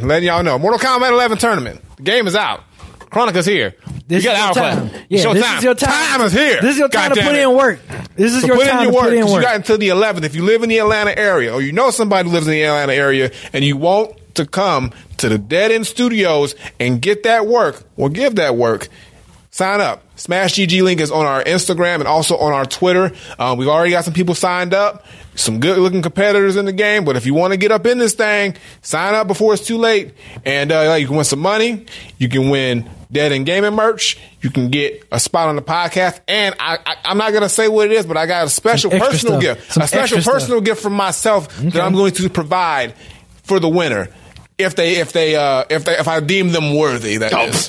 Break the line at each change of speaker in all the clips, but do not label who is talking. Letting y'all know, Mortal Kombat 11 tournament. The game is out. Chronica's here.
This
you
is
got
your
our
time.
play.
Yeah,
It's your
this
time.
is your time.
is here.
This is your time
God
to
damn
put
it.
in work. This is
So
your
put
time
in your
to
work.
put in
'cause You
work.
got until the 11th. If you live in the Atlanta area, or you know somebody who lives in the Atlanta area, and you want to come to the Dead End Studios and get that work or give that work. Sign up. Smash GG link is on our Instagram and also on our Twitter. Um, we've already got some people signed up, some good looking competitors in the game. But if you want to get up in this thing, sign up before it's too late. And uh, you can win some money. You can win Dead and Gaming merch. You can get a spot on the podcast. And I, I, I'm not going to say what it is, but I got a special
Some extra
personal
stuff.
gift.
Some
a special
extra
personal gift from myself that I'm going to provide for the winner. If they, if they, uh, if they, if I deem them worthy, that
Oh.
is.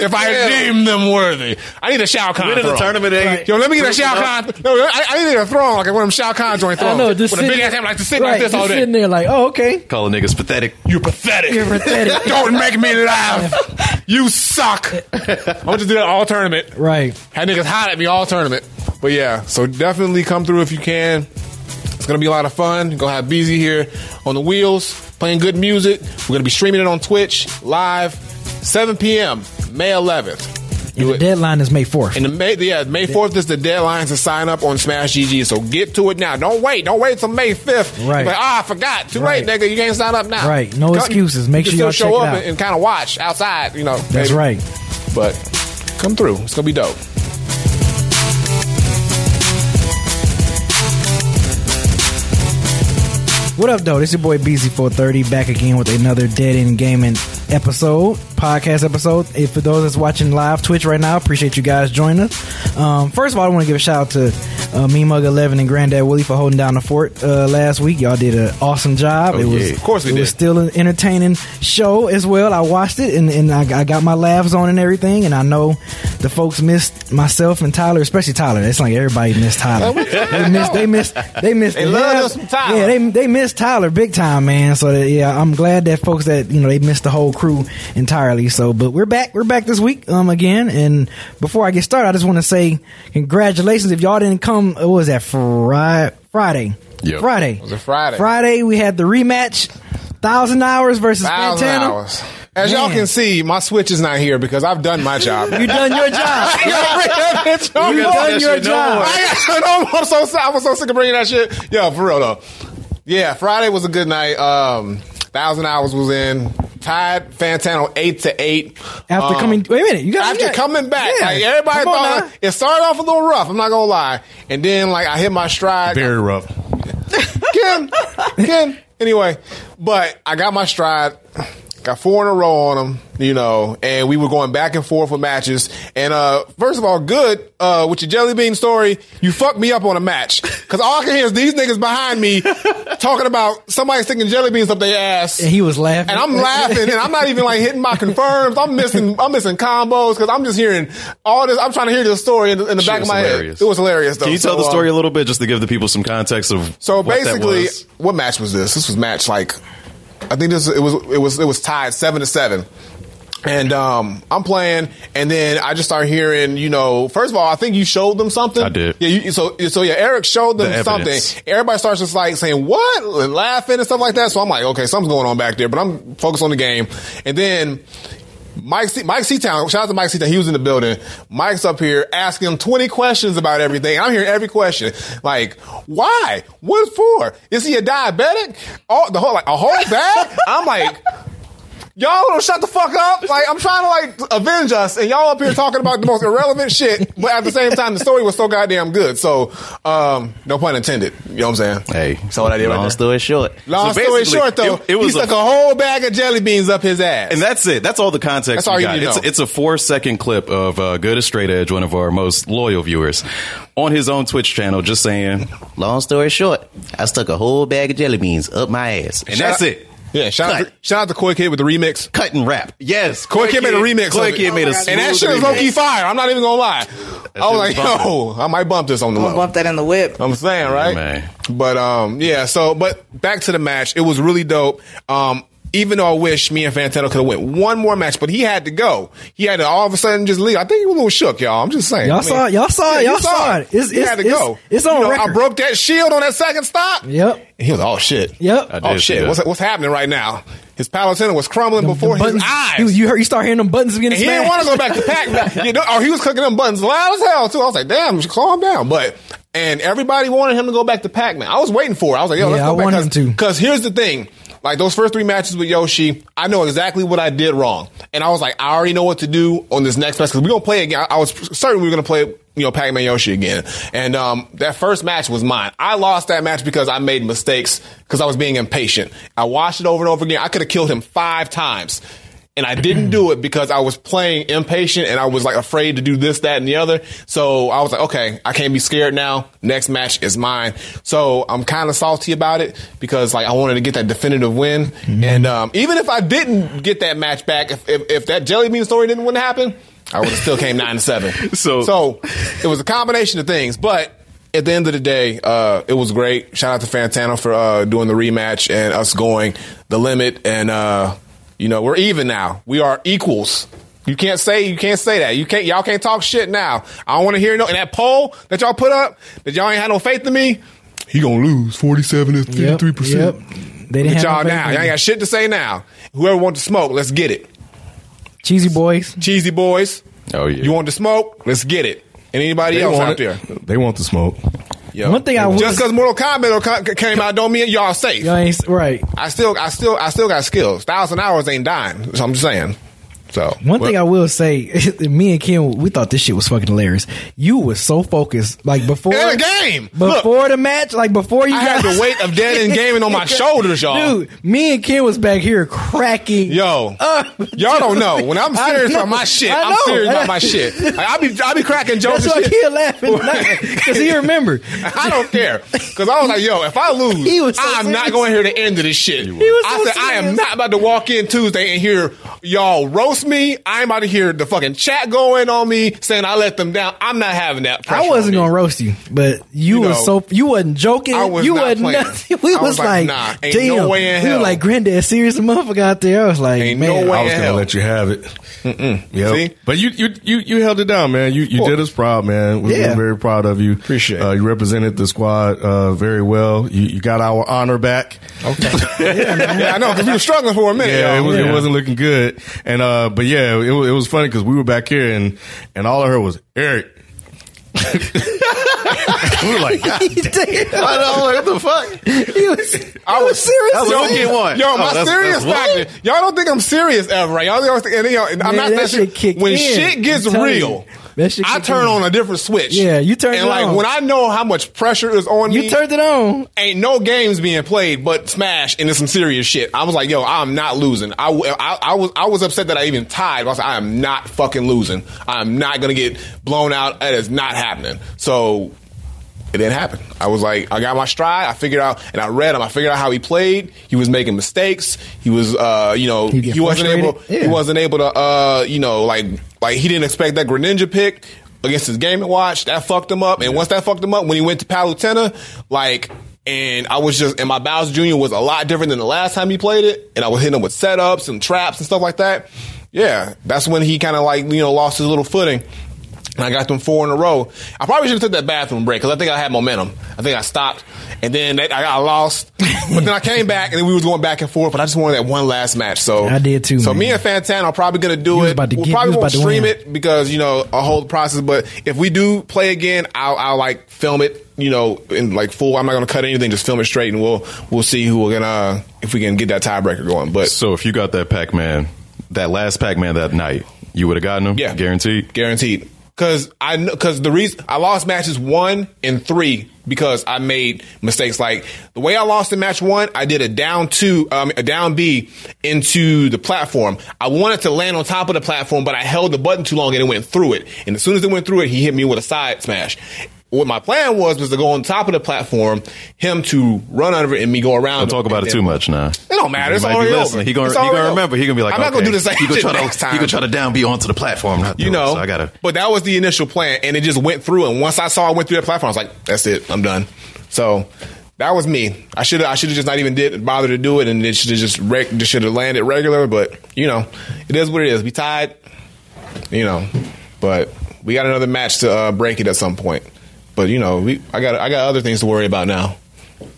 if I deem them worthy, I need a Shao Kahn.
Winning the
throne.
tournament, eh?
Yo, let me get a
Put
Shao
them
Kahn. No, I, I need a throne like one of them Shao Kahn joint
I
thrones.
know. Just
with a
sitting-
big ass hammer, like to sit
right,
like this
just
all
sitting
day.
there like, oh, okay.
Calling niggas pathetic.
You're pathetic.
You're pathetic.
Don't make me laugh. You suck. I want you to do that all tournament.
Right.
Had niggas hot at me all tournament. But yeah, so definitely come through if you can. It's gonna be a lot of fun. Gonna have BZ here on the wheels, playing good music. We're gonna be streaming it on Twitch live, 7 p.m. May 11th.
And
Do
the
it.
deadline is May 4th.
And the May, yeah, May 4th is the deadline to sign up on Smash GG. So get to it now. Don't wait. Don't wait till May 5th.
Right.
But, ah, I forgot. Too
Right.
late, nigga. You can't sign up now.
Right. No
Come-
excuses. Make
you
sure
can
y'all
still
check
show up
it out.
and, and kind of watch outside, you know.
That's
maybe.
right.
But come through. It's going to be dope.
What up, though? This your boy BZ430 back again with another Dead End Gaming episode, podcast episode. If for those that's watching live Twitch right now, appreciate you guys joining us. Um, first of all, I want to give a shout out to uh, Me Mug 11 and Granddad Willie for holding down the fort uh, last week. Y'all did an awesome job.
Oh,
it was,
yeah. Of course we
it was
did.
still an entertaining show as well. I watched it and, and I, I got my laughs on and everything. And I know the folks missed myself and Tyler, especially Tyler. It's like everybody missed Tyler. they missed. They missed. They missed.
They
the
love
hell-
us some Tyler.
Yeah, they they they missed Tyler big time, man. So that, yeah, I'm glad that folks that you know they missed the whole crew entirely. So, but we're back, we're back this week um again. And before I get started, I just want to say congratulations if y'all didn't come. uh, What was that Friday? Friday.
Yep.
Friday.
Was it Friday?
Friday. We had the rematch. Thousand hours versus
Thousand
Fantana.
hours. As y'all
Man.
can see, my Switch is not here because I've done my job.
You done your job.
done
you done your job.
I, am so si- I was so sick of bringing that shit. Yo, for real though. Yeah, Friday was a good night. Um, Thousand hours was in. Tied Fantano eight to eight.
After
Um,
coming, wait a minute. You got
after
you got-
coming back,
yeah.
like everybody
Come on
thought
now.
it started off a little rough. I'm not gonna lie, and then like I hit my stride.
Very rough.
Ken, Ken. Anyway, but I got my stride. Got four in a row on them, you know, and we were going back and forth with matches. And uh first of all, good uh with your jelly bean story, you fucked me up on a match because all I can hear is these niggas behind me talking about somebody sticking jelly beans up their ass.
And he was laughing.
And I'm laughing, and I'm not even like hitting my confirms. I'm missing, I'm missing combos because I'm just hearing all this. I'm trying to hear this story in, the- in the
Shit
back of
was
my
hilarious.
head. It was hilarious, though.
Can you tell
So,
the story
um,
a little bit just to give the people some context of
so
what that
basically,
was?
what match was this? This was match like I think this it was it was it was tied seven to seven. And um, I'm playing, and then I just start hearing, you know, first of all, I think you showed them something.
I did.
Yeah, you, so so yeah, Eric showed them
The
something.
evidence.
Everybody starts just like saying what and laughing and stuff like that. So I'm like, okay, something's going on back there, but I'm focused on the game. And then Mike C- Mike Seatown, shout out to Mike Seatown. He was in the building. Mike's up here asking him 20 questions about everything. I'm hearing every question. Like, why? What for? Is he a diabetic? All the whole like a whole bag? I'm like, y'all don't shut the fuck up. Like, I'm trying to like avenge us, and y'all up here talking about the most irrelevant shit, but at the same time, the story was so goddamn good. So, um, no pun intended. You know what I'm saying?
Hey,
So what I did right
long
there.
story short.
Long
So
story
basically,
short, though,
it, it was
he stuck
a
a, whole bag of jelly beans up his ass.
And that's it. That's all the context.
That's all
we
you
got.
need to
it's,
know.
it's a four second clip of uh, Good as Straight Edge, one of our most loyal viewers, on his own Twitch channel, just saying,
Long story short, I stuck a whole bag of jelly beans up my ass.
and
Shout
that's
out-
it.
Yeah, shout out,
Cut.
to, shout out to Koi Kid with the remix.
Cut and rap. Yes,
Koi Kid made a remix.
Koi
of it.
Kid made a
and that
smooth
shit is low key
remix.
fire. I'm not even gonna lie. I
shit
was
was
like,
bumping.
yo, I might bump this on the
I'm gonna
low.
bump that in the whip.
I'm saying, right?
man.
But um, yeah. So, but back to the match. It was really dope. Um, even though I wish me and Fantano could have went one more match, but he had to go. He had to all of a sudden just leave. I think he was a little shook, y'all. I'm just saying.
Y'all
I mean-
saw it. Y'all saw it.
you
Y'all saw it. It's-
He
it's-
had to
it's-
go.
it's on
You know, I
record.
broke that shield on that second stop.
Yep.
And he was oh shit.
Yep. I
did
Oh
see
shit.
that.
What's what's happening right now? His palatine was crumbling before
The
his
buttons-
eyes.
You, you heard, you start hearing them buttons beginning
And he
to
didn't
smash.
want to go back to pack. You know, oh, he was cooking them buttons loud as hell too. I was like, damn, just calm down. But and everybody wanted him to go back to Pac-Man. I was waiting for it. I was like, yo,
Yeah,
let's
I
go back.
wanted
Cause,
him to.
'cause here's the thing. Like those first three matches with Yoshi, I know exactly what I did wrong, and I was like, I already know what to do on this next match because we're gonna play again. I I was certain we were gonna play, you know, Pac-Man Yoshi again, and um, that first match was mine. I lost that match because I made mistakes because I was being impatient. I watched it over and over again. I could have killed him five times. And I didn't do it because I was playing impatient and I was like afraid to do this, that, and the other. So I was like, okay, I can't be scared now. Next match is mine. So I'm kind of salty about it because like I wanted to get that definitive win. And um, even if I didn't get that match back, if, if, if that jelly bean story didn't wouldn't happen, I would have still came nine to seven.
So-
so it was a combination of things, but. At the end of the day, uh, it was great. Shout out to Fantano for uh, doing the rematch and us going the limit. And uh, you know, we're even now. We are equals. You can't say you can't say that. You can't y'all can't talk shit now. I don't want to hear no. And that poll that y'all put up that y'all ain't had no faith in me. He gonna lose forty seven and fifty
Yep,
three percent.
yep. They
Look
didn't
at
have
y'all
no faith
now.
in
Y'all
me.
ain't got shit to say now. Whoever wants to smoke, let's get it.
Cheesy boys.
Cheesy boys.
Oh, yeah.
You want to smoke? Let's get it. And anybody else out there?
They want the smoke.
Yo.
One thing I would-
just because Mortal Kombat co- came out don't mean y'all safe.
Y'all ain't s- right.
I still, I still, I still got skills. Thousand hours ain't dying. So I'm just saying. So
One thing I will say, me and Ken, we thought this shit was fucking hilarious. You was so focused, like before
In the game! Look.
before the match, like before you
I had
guys-
the weight of dead and gaming on my shoulders, y'all.
Dude, me and Ken was back here cracking.
Yo,
up.
y'all don't know when I'm
I
serious
know.
about my shit.
I
I'm
know.
serious about my shit. Like, I be, I be cracking jokes.
That's why
and shit.
Ken laughing because he remembered.
I don't care because I was like, yo, if I lose,
He was so
I'm not
serious.
going here to end of this shit.
was
I
so
said, I am
serious.
not about to walk in Tuesday and hear y'all roast me. I'm out of here. The fucking chat going on me saying I let them down. I'm not having that.
I wasn't gonna
to
roast you, but you,
You
were
know,
so you wasn't joking.
I was
you
not
wasn't
playing.
nothing. We
I was
was,
like,
like,
nah, ain't
damn.
no way in
we
hell.
were like, granddad, serious motherfucker out there. I was like,
Ain't no
man,
way
I was
in
gonna
hell.
let you have it. Mm-mm.
See?
But you, you you you held it down, man. You you
Cool.
did us proud, man. We
Yeah.
were very proud of you.
Appreciate it.
Uh, you represented the squad uh, very well. You, you got our honor back.
yeah, I know because we were struggling for a minute.
Yeah, it,
y'all.
was,
Yeah.
it wasn't looking good. And uh, but yeah, it, wa- it was funny because we were back here and and all I heard was Eric. we were like, God
damn.
I know, like, what the fuck?
He was, I was serious.
I was
man.
Don't get one.
Yo,
Oh,
my
that's-
serious
that's what?
factor. Y'all don't think I'm serious ever, right? Y'all always think, and, you know, and I'm
Man,
not that
that shit kick
When
in.
shit gets
I'm telling you.
real,
That shit
I
kick
turn
in.
on a different switch.
Yeah, you turned
And
it
like
on.
when I know how much pressure is on
You
me,
turned it on.
ain't no games being played but Smash and it's some serious shit. I was like, yo, I'm not losing. I, I, I was I was upset that I even tied. But I was like, I am not fucking losing. I'm not gonna get blown out. That is not happening. So it didn't happen. I was like, I got my stride. I figured out, and I read him. I figured out how he played. He was making mistakes. He was, uh, you know,
He'd get
he wasn't able.
frustrated.
He
Yeah.
wasn't able to, uh, you know, like like he didn't expect that Greninja pick against his Game and Watch. That fucked him up. And once that fucked him up, when he went to Palutena, like. And I was just, and my Bowser Jr. was a lot different than the last time he played it. And I was hitting him with setups and traps and stuff like that. Yeah, that's when he kind of like, you know, lost his little footing. And I got them four in a row. I probably should have took that bathroom break because I think I had momentum. I think I stopped, and then that, I got lost. but then I came back, and then we was going back and forth. But I just wanted that one last match. So
I did too,
So
man.
me and Fantano are probably gonna do
You was
it.
about to
we
get-
probably
you
won't
was about to
stream
win.
it because you know a whole process. But if we do play again, I'll, I'll like film it. You know, in like full. I'm not gonna cut anything. Just film it straight, and we'll we'll see who we're gonna if we can get that tiebreaker going. But
So if you got that Pac Man, that last Pac Man that night, you would have gotten him.
Yeah.
guaranteed.
guaranteed. Because I because the reason I lost matches one and three because I made mistakes. Like the way I lost in match one, I did a down two, um, a down B into the platform. I wanted to land on top of the platform, but I held the button too long and it went through it. And as soon as it went through it, he hit me with a side smash. what my plan was was to go on top of the platform, him to run under it, and me go around.
Don't
him,
talk about
and
it
then-
too much now.
It don't matter.
He
It's
might be
already
listening.
over.
He gonna,
It's
he
already
gonna
over.
remember. He gonna be like,
I'm not
okay.
gonna do the same
He gonna
shit
try to,
next time.
He gonna try to down be onto the platform. Not
you know,
so I gotta.
But that was the initial plan, and it just went through. And once I saw it went through that platform, I was like, "That's it, I'm done." So that was me. I should I should have just not even did bother to do it, and it should have just rec- just should have landed regular. But you know, it is what it is. We tied, you know, but we got another match to uh, break it at some point. But you know, we I got I got other things to worry about now.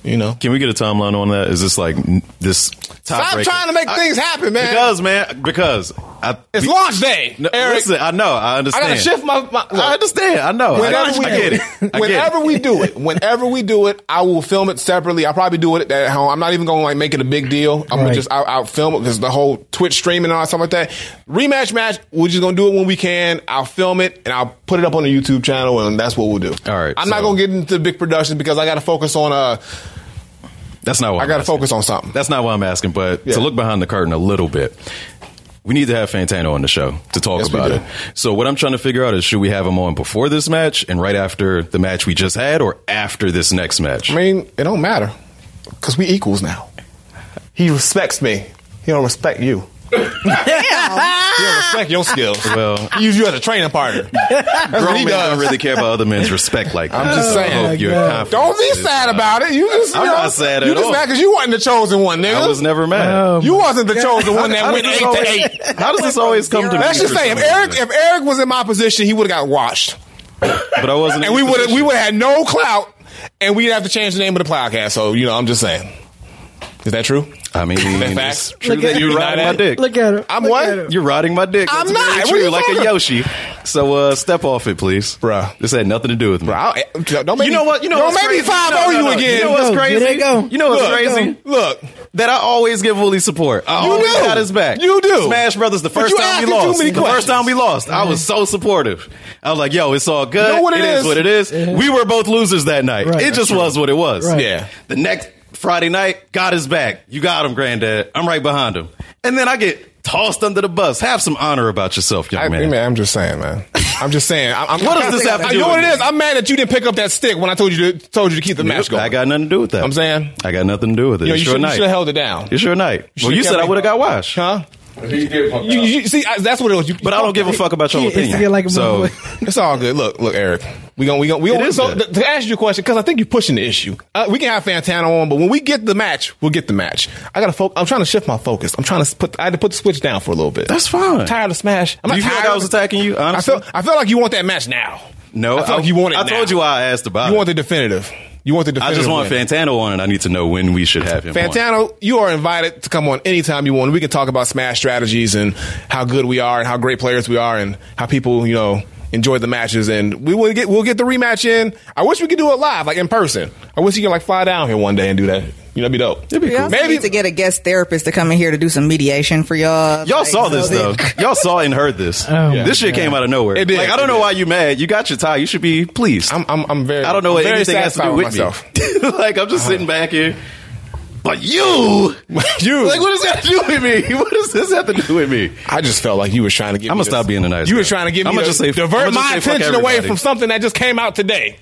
You know,
Can we get a timeline on that? Is this like n- this?
Stop
tiebreaker?
trying to make
I-
things happen, man.
Because man, because I,
it's launch day,
No,
Eric.
listen, I know, I
I
understand.
gotta shift my. my
I understand. I know. Oh, I,
Whenever we
I get
do
it. I get it.
whenever we do it, whenever we do it, I will film it separately. I probably do it at home. I'm not even gonna like make it a big deal. I'm gonna
Right.
just out, out film it because the whole Twitch streaming and all that stuff like that. Rematch match, we're just gonna do it when we can. I'll film it and I'll put it up on the YouTube channel, and that's what we'll do.
All right,
I'm not
so-
gonna get into big production because I gotta focus on. Uh,
That's not. What
I
I'm
gotta
asking.
focus on something.
That's not what I'm asking. But
Yeah.
to look behind the curtain a little bit, we need to have Fantano on the show to talk
Yes, we
about
do.
it. So what I'm trying to figure out is should we have him on before this match and right after the match we just had, or after this next match?
I mean, it don't matter because we equals now. He respects me. He don't respect you. he don't respect your skills.
Well-
he use you as a training partner. That's what
Grown
he
men
does.
don't really care about other men's respect like that.
I'm just
So I
saying.
hope your
God.
confidence
Don't be
is-
sad about it. You just
I'm
you know,
not sad at
You just
all.
mad because you wasn't the chosen one, nigga.
I was never mad.
You wasn't the chosen one that
How
went
does
eight
this
to
always-
eight.
How does this always come to me?
Let's just
for
say if
some
Eric
reason?
if Eric was in my position, he would have got washed,
but I wasn't, in
and we
his
would we
position.
would have had no clout, and we'd have to change the name of the podcast. So you know, I'm just saying. Is that true?
I mean,
Is that
it's
fact?
true
Look at-
that you're
Look
riding
at
my
it.
dick.
Look at him.
I'm
Look
what?
at him.
You're riding my dick.
I'm
That's
not.
very
What
true,
are you
like
talking
a
about?
Yoshi. So uh, step off it, please,
Bruh.
This had nothing to do with me.
Bro, I- don't make
You
me-
know what? You know
don't
what's
make me
crazy?
five
No,
on
no,
you
no.
again.
You know what's
Go,
crazy?
there they go.
You know what's
Look,
crazy?
Look,
That I always give Wooly support. I
You
always
do.
got his back.
You do.
Smash Brothers. The
But
first
you
time we
asking too
lost.
many
The
questions.
first time we lost, I was so supportive. I was like, "Yo, it's all good.
You know what it
is.
is.
What it is. We were both losers that night.
Right.
It just was what it was.
Right.
Yeah.
The next Friday night, got his back. You got him, Granddad. I'm right behind him. And then I get tossed under the bus. Have some honor about yourself, young
I,
man.
man. I'm just saying, man. I'm just saying. I'm, I'm
What does this have to do
You know
with
what it
me?
is? I'm mad that you didn't pick up that stick when I told you to told you to keep the match going.
I got nothing to do with that.
I'm saying.
I got nothing to do with it.
You, know,
it's
you
your
should
night.
have held it down.
It's your night.
You
Well,
should
you said
have
I would have got washed.
Huh?
He did pump
You, you, see, I, that's what it was. You,
But I don't give a fuck about your
Yeah, it's to get
opinion.
like a
so,
motherfucker.
It's all good. Look, look, Eric. We gonna we gonna we
It
gonna
is
so,
good.
th- to answer your question because I think you're pushing the issue. Uh, we can have Fantano on, but when we get the match, we'll get the match. I gotta. Fo- I'm trying to shift my focus. I'm trying to put. I had to put the switch down for a little bit.
That's fine.
I'm tired of Smash. I'm
Do
not
you feel
tired.
like I was attacking you,
I
honestly?
feel. I feel like you want that match now.
no,
I feel like you want it.
I
now.
told you why I asked about
You
it.
want the definitive. You want the
I
definitive.
just want
win.
Fantano on, and I need to know when we should have him. on.
Fantano, you are invited to come on anytime you want. We can talk about Smash strategies and how good we are and how great players we are and how people, you know, enjoy the matches. And we will get we'll get the rematch in. I wish we could do it live, like in person. I wish you could like fly down here one day and do that. You know, that'd be dope. It'd be
We also need to get a guest therapist to come in here to do some mediation for y'all.
Y'all
Like,
saw this
so
though.
that-
Y'all saw and heard this.
Oh,
this shit came out of nowhere.
It did.
Like I don't
It
know
did.
why you mad. You got your tie. You should be pleased.
I'm, I'm I'm very
I don't know
I'm
what
very
anything has to
satisfied
do with
myself.
me. like I'm just sitting back here. But you,
You.
like, what does that do with me? What does this have to do with me?
I just felt like you was trying to get.
I'ma
me this-
stop being the nice
You
guy.
were trying to get me
I'ma
to
just say-
divert
I'ma just
my
say fuck
attention away
everybody.
from something that just came out today.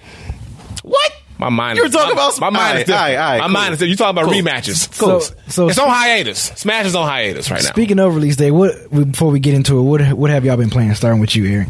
What?
My mind.
You were
is-
talking
my-
about-
my mind. is
Aight,
different.
aight, aight,
my
cool.
mind is. different. You talking about
Cool.
rematches?
Cool. So- so-
it's on hiatus. Smash is on hiatus right now.
Speaking of release day, what before we get into it, what what have y'all been playing? Starting with you, Eric.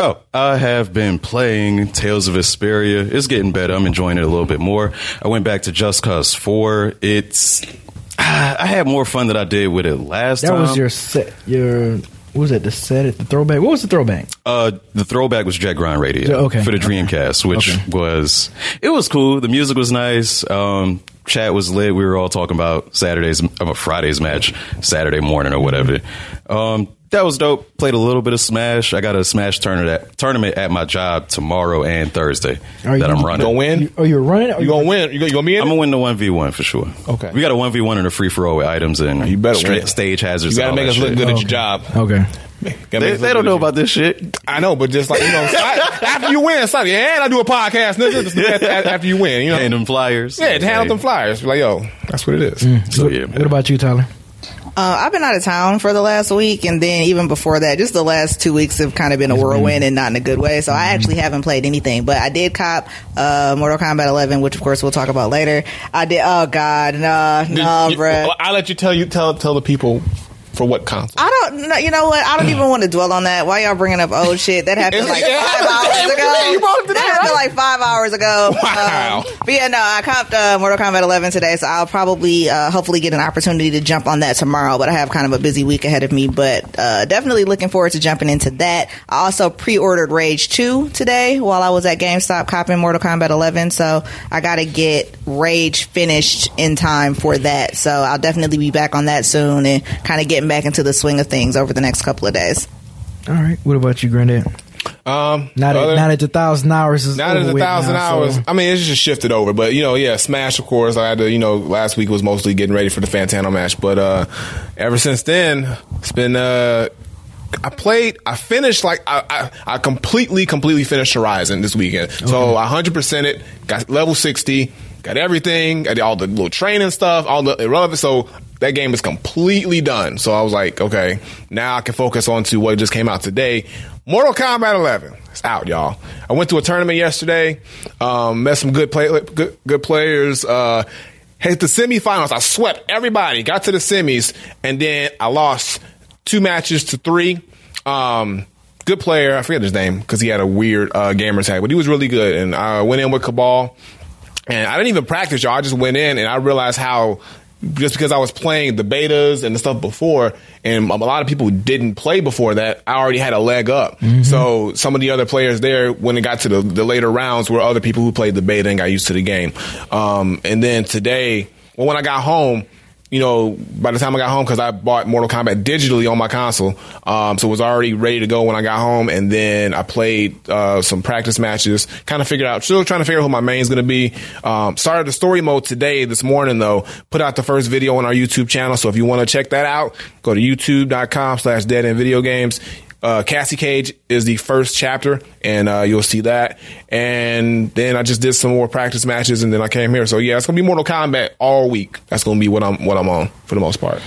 Oh, I have been playing Tales of Vesperia. It's getting better. I'm enjoying it a little bit more. I went back to Just Cause 4. It's. ah, I had more fun than I did with it last
That
time.
was your set. Your what was it? The set at the throwback. What was the throwback?
Uh, the throwback was Jet Grind Radio
Okay.
for the Dreamcast, which
Okay.
was it was cool. The music was nice. Um, chat was lit. We were all talking about Saturday's, uh, Friday's match, Saturday morning or whatever. Um, that was dope. Played a little bit of Smash. I got a Smash tournament at, tournament at my job tomorrow and Thursday
Are
that
you-
I'm
you
running.
You gonna win?
You, oh, you were running. Or
You gonna win? You gonna, you gonna be in?
I'm
it?
gonna win the one v one for sure.
Okay.
we got a one v one and a free for all with items and
You better
stra-
win.
stage hazards.
You gotta
and all
make
that
us look
shit.
good at
Okay.
your job.
Okay.
Gotta make
They,
us look
they
good
don't
at
know
your-
about this shit.
I know, but just like you know, I- after you win, sorry, and I do a podcast, nigga. just a- a- after you win, you know,
Hand them flyers.
yeah, to hand out
Hey. Mm.
them flyers. Like, yo, that's what it is.
So
what,
yeah, man.
what about you, Tyler?
Uh, I've been out of town for the last week, and then even before that, just the last two weeks have kind of been a whirlwind and not in a good way. So I actually haven't played anything, but I did cop uh, Mortal Kombat 11, which of course we'll talk about later. I did. Oh God, nah, nah,
Did you-
bruh.
I'll let you tell you tell tell the people for what console.
I don't know. You know what? I don't even want to dwell on that. Why y'all bringing up old shit? That happened
It's-
like
it
five
happened today.
hours
What you
ago.
mean? You brought it today,
that happened
right?
like five hours ago.
Wow.
Um, but yeah, no, I copped uh, Mortal Kombat 11 today, so I'll probably, uh, hopefully, get an opportunity to jump on that tomorrow. But I have kind of a busy week ahead of me. But uh, definitely looking forward to jumping into that. I also pre-ordered Rage 2 today while I was at GameStop copping Mortal Kombat 11, so I got to get Rage finished in time for that. So I'll definitely be back on that soon and kind of getting back into the swing of things over the next couple of days.
All right. What about you, Granddad?
Um,
Not
other-
at, not at the thousand hours is
Now that
over
it's a
with
thousand
now,
hours,
So.
I mean, it's just shifted over. But you know, yeah, Smash. Of course, I had to. You know, last week was mostly getting ready for the Fantano match. But uh ever since then, it's been. uh I played. I finished like I, I, I completely, completely finished Horizon this weekend. So I hundred percent it. Got level sixty. Got everything. Got all the little training stuff. All the irrelevant. So that game is completely done. So I was like, okay, now I can focus on to what just came out today. Mortal Kombat 11. It's out, y'all. I went to a tournament yesterday. Um, met some good play, good, good players. Uh, hit the semifinals. I swept everybody. Got to the semis, and then I lost two matches to three. Um, good player. I forget his name because he had a weird uh, gamer tag, but he was really good. And I went in with Cabal. And I didn't even practice, y'all. I just went in and I realized how just because I was playing the betas and the stuff before, and a lot of people didn't play before that, I already had a leg up. So some of the other players there, when it got to the, the later rounds, were other people who played the beta and got used to the game. Um, and then today, well, when I got home, you know, by the time I got home, because I bought Mortal Kombat digitally on my console, um, so it was already ready to go when I got home. And then I played uh, some practice matches, kind of figured out, still trying to figure out who my main's going to be. Um, started the story mode today, this morning though. Put out the first video on our YouTube channel, so if you want to check that out, go to YouTube.com/slash Dead End Video Games. Uh, Cassie Cage is the first chapter, and uh, you'll see that. And then I just did some more practice matches, and then I came here. So yeah, it's gonna be Mortal Kombat all week. That's gonna be what I'm what I'm on for the most part.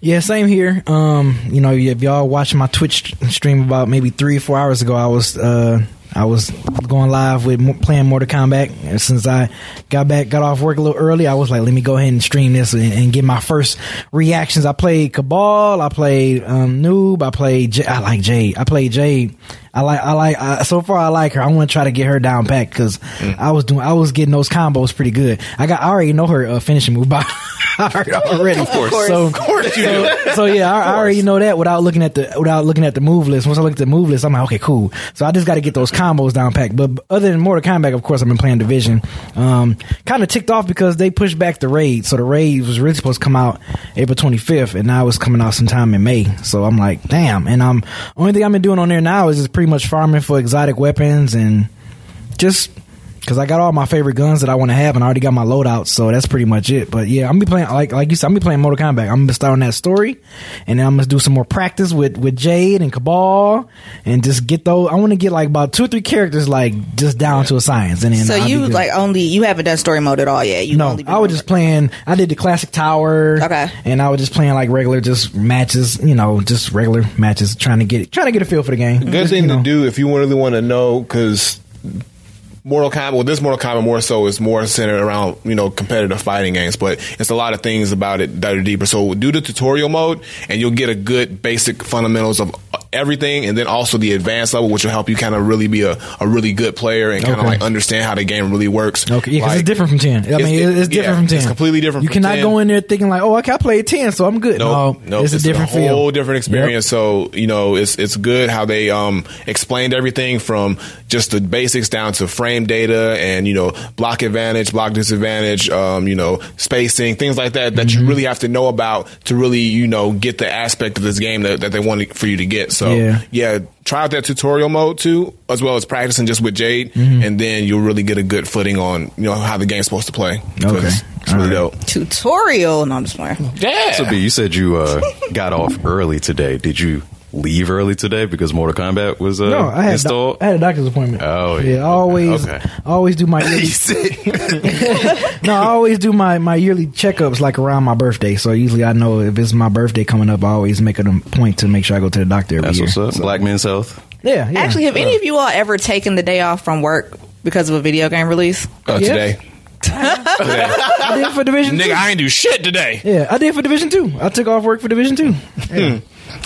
Yeah, same here. Um, you know, if y'all watched my Twitch stream about maybe three or four hours ago, I was uh, I was going live with mo- playing Mortal Kombat. And since I got back, got off work a little early, I was like, let me go ahead and stream this and, and get my first reactions. I played Cabal, I played um, Noob, I played J- I like Jade, I played Jade. I like I like I, so far I like her. I want to try to get her down pat because I was doing I was getting those combos pretty good. I got I already know her uh, finishing move by already. Of
course.
so
Of
course you do. So yeah, I, I already know that without looking at the without looking at the move list. Once I look at the move list, I'm like, okay, cool. So I just got to get those combos down packed. But other than Mortal Kombat, of course, I've been playing Division. Um, kind of ticked off because they pushed back the raid. So the raid was really supposed to come out April 25th, and now it's coming out sometime in May. So I'm like, damn. And I'm only thing I've been doing on there now is just pretty much farming for exotic weapons and just because I got all my favorite guns that I want to have, and I already got my loadout, so that's pretty much it. But yeah, I'm gonna be playing like like you said, I'm gonna be playing Mortal Kombat. I'm gonna start on that story, and then I'm gonna do some more practice with with Jade and Cabal, and just get those. I want to get like about two or three characters like just down to a science, and then
so
I'll be
you
good.
like only you haven't done story mode at all yet. You
No,
only been
I was
on-
just playing. I did the classic tower,
Okay.
and I was just playing like regular, just matches. You know, just regular matches, trying to get trying to get a feel for the game.
Good
Just,
thing
you know.
to do if you really want to know, because Mortal Kombat, well, this Mortal Kombat more so is more centered around you know competitive fighting games, but it's a lot of things about it that are deeper. So do the tutorial mode, and you'll get a good basic fundamentals of uh, everything, and then also the advanced level, which will help you kind of really be a, a really good player and kind of
Okay.
like understand how the game really works.
Okay, yeah, 'cause
Like-
it's different from ten. I
It's-
mean, it's,
it-
it's different
yeah,
from ten.
it's completely different
You
from
cannot
10.
go in there thinking like, "Oh, I can play ten, so I'm good."
No,
no,
no,
it's, a different
a whole
feel,
different experience. So you know, it's it's good how they um explained everything from just the basics down to frame data and you know block advantage, block disadvantage, um, you know spacing, things like that that
Mm-hmm.
you really have to know about to really you know get the aspect of this game that, that they want for you to get. So
Yeah.
yeah. try out that tutorial mode too, as well as practicing just with Jade,
Mm-hmm.
and then you'll really get a good footing on you know how the game's supposed to play. So
Okay.
it's, it's really dope.
tutorial. No, I'm just playing.
Yeah.
So, B, you said you uh, got off early today. Did you leave early today because Mortal Kombat was uh,
No, I had,
installed?
I had a doctor's appointment.
Oh, yeah.
yeah. I always,
Okay.
I always do my yearly, no, I always do my, my yearly checkups like around my birthday. So usually I know if it's my birthday coming up, I always make it a point to make sure I go to the doctor every
That's
year.
what's up. Black men's health.
Yeah, yeah.
Actually, have any of you all ever taken the day off from work because of a video game release?
Uh,
Yeah.
Today,
I did for division.
nigga,
Two.
I ain't do shit today.
Yeah, I did for division two. I took off work for division two.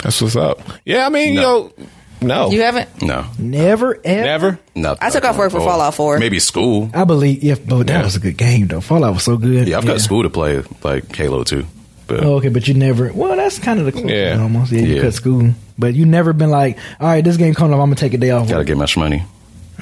That's what's up. Yeah, I mean,
No.
you know, no,
You haven't?
No,
Never, ever.
never.
no.
I took off work for Fallout 4.
Maybe school.
I believe. Yeah, but that
Yeah.
was a good game though. Fallout was so good.
Yeah, I've got school to play, like Halo 2. But
Oh, okay, but you never. Well, that's kind of the close
Yeah.
yeah. almost. Yeah, you
Yeah.
cut school, but you never been like, all right, this game coming up, I'm gonna take a day off.
gotta get my shmoney.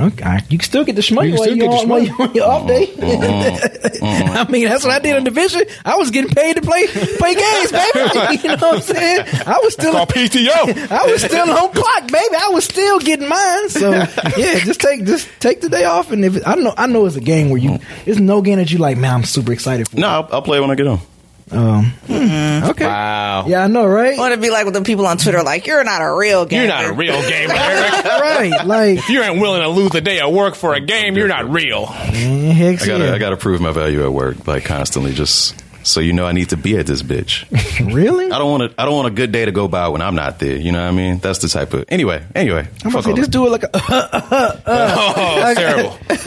Okay, you can still get the
You
shmoney
can
while
still
you
get the
on while
shmoney.
you on your off day. I mean, that's what I did in division. I was getting paid to play play games, baby. you know what I'm saying? I was still
Call PTO.
I was still on clock, baby. I was still getting mine. So yeah, just take just take the day off. And if it, I know, I know it's a game where you, it's no game that you like. Man, I'm super excited for.
No, I'll, I'll play when I get home.
Um, okay.
Wow.
Yeah, I know, right?
I want to be like with the people on Twitter, like, you're not a real gamer.
You're not a real gamer, Eric.
right. Like,
If you ain't willing to lose a day of work for a game, you're not real.
man, heck
I gotta,
yeah.
I gotta prove my value at work, like constantly, just so you know I need to be at this bitch.
really?
I don't want to. I don't want a good day to go by when I'm not there. You know what I mean? That's the type of. Anyway, anyway.
I'm gonna
fuck
say
all
this
that.
dude like a, uh,
Oh, it's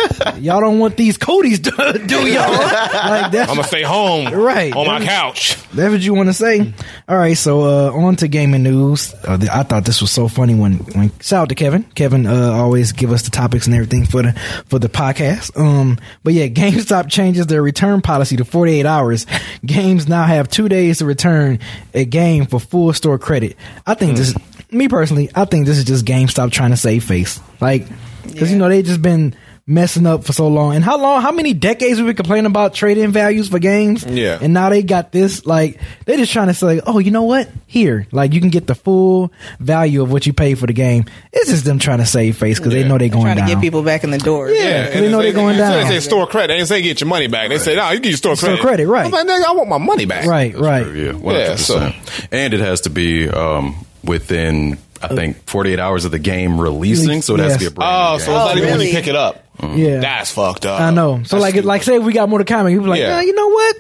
terrible.
y'all don't want these Cody's do, do y'all like
I'm
that.
gonna stay home,
Right.
on Oh, my couch.
That's what you want to say. All right, so uh, on to gaming news. Uh, th- I thought this was so funny when, when shout out to Kevin. Kevin uh, always give us the topics and everything for the for the podcast. Um, but yeah, GameStop changes their return policy to 48 hours. Games now have two days to return a game for full store credit. I think this, me personally, I think this is just GameStop trying to save face, like because you know they just been. Messing up for so long, and how long? How many decades we've been complaining about trade-in values for games?
Yeah.
and now they got this like they just trying to say like, oh you know what here like you can get the full value of what you paid for the game it's just them trying to save face because they know they're going
Trying to
down
get people back in the door.
Yeah. they know they're going
so
down.
They say store credit. They didn't say get your money back. They say no, you get your store
Store
credit.
credit, right.
I'm like, nigga, I want my money back.
right right
Yeah, 100%. And it has to be um, within,
Uh,
I think, 48 hours of the game releasing. So it has to be a brand
Oh,
new
so
game.
it's not even when
really?
you pick it up.
yeah
That's fucked up.
I know so
That's
like it- like say if we got more to comment people like
Yeah.
nah, you know what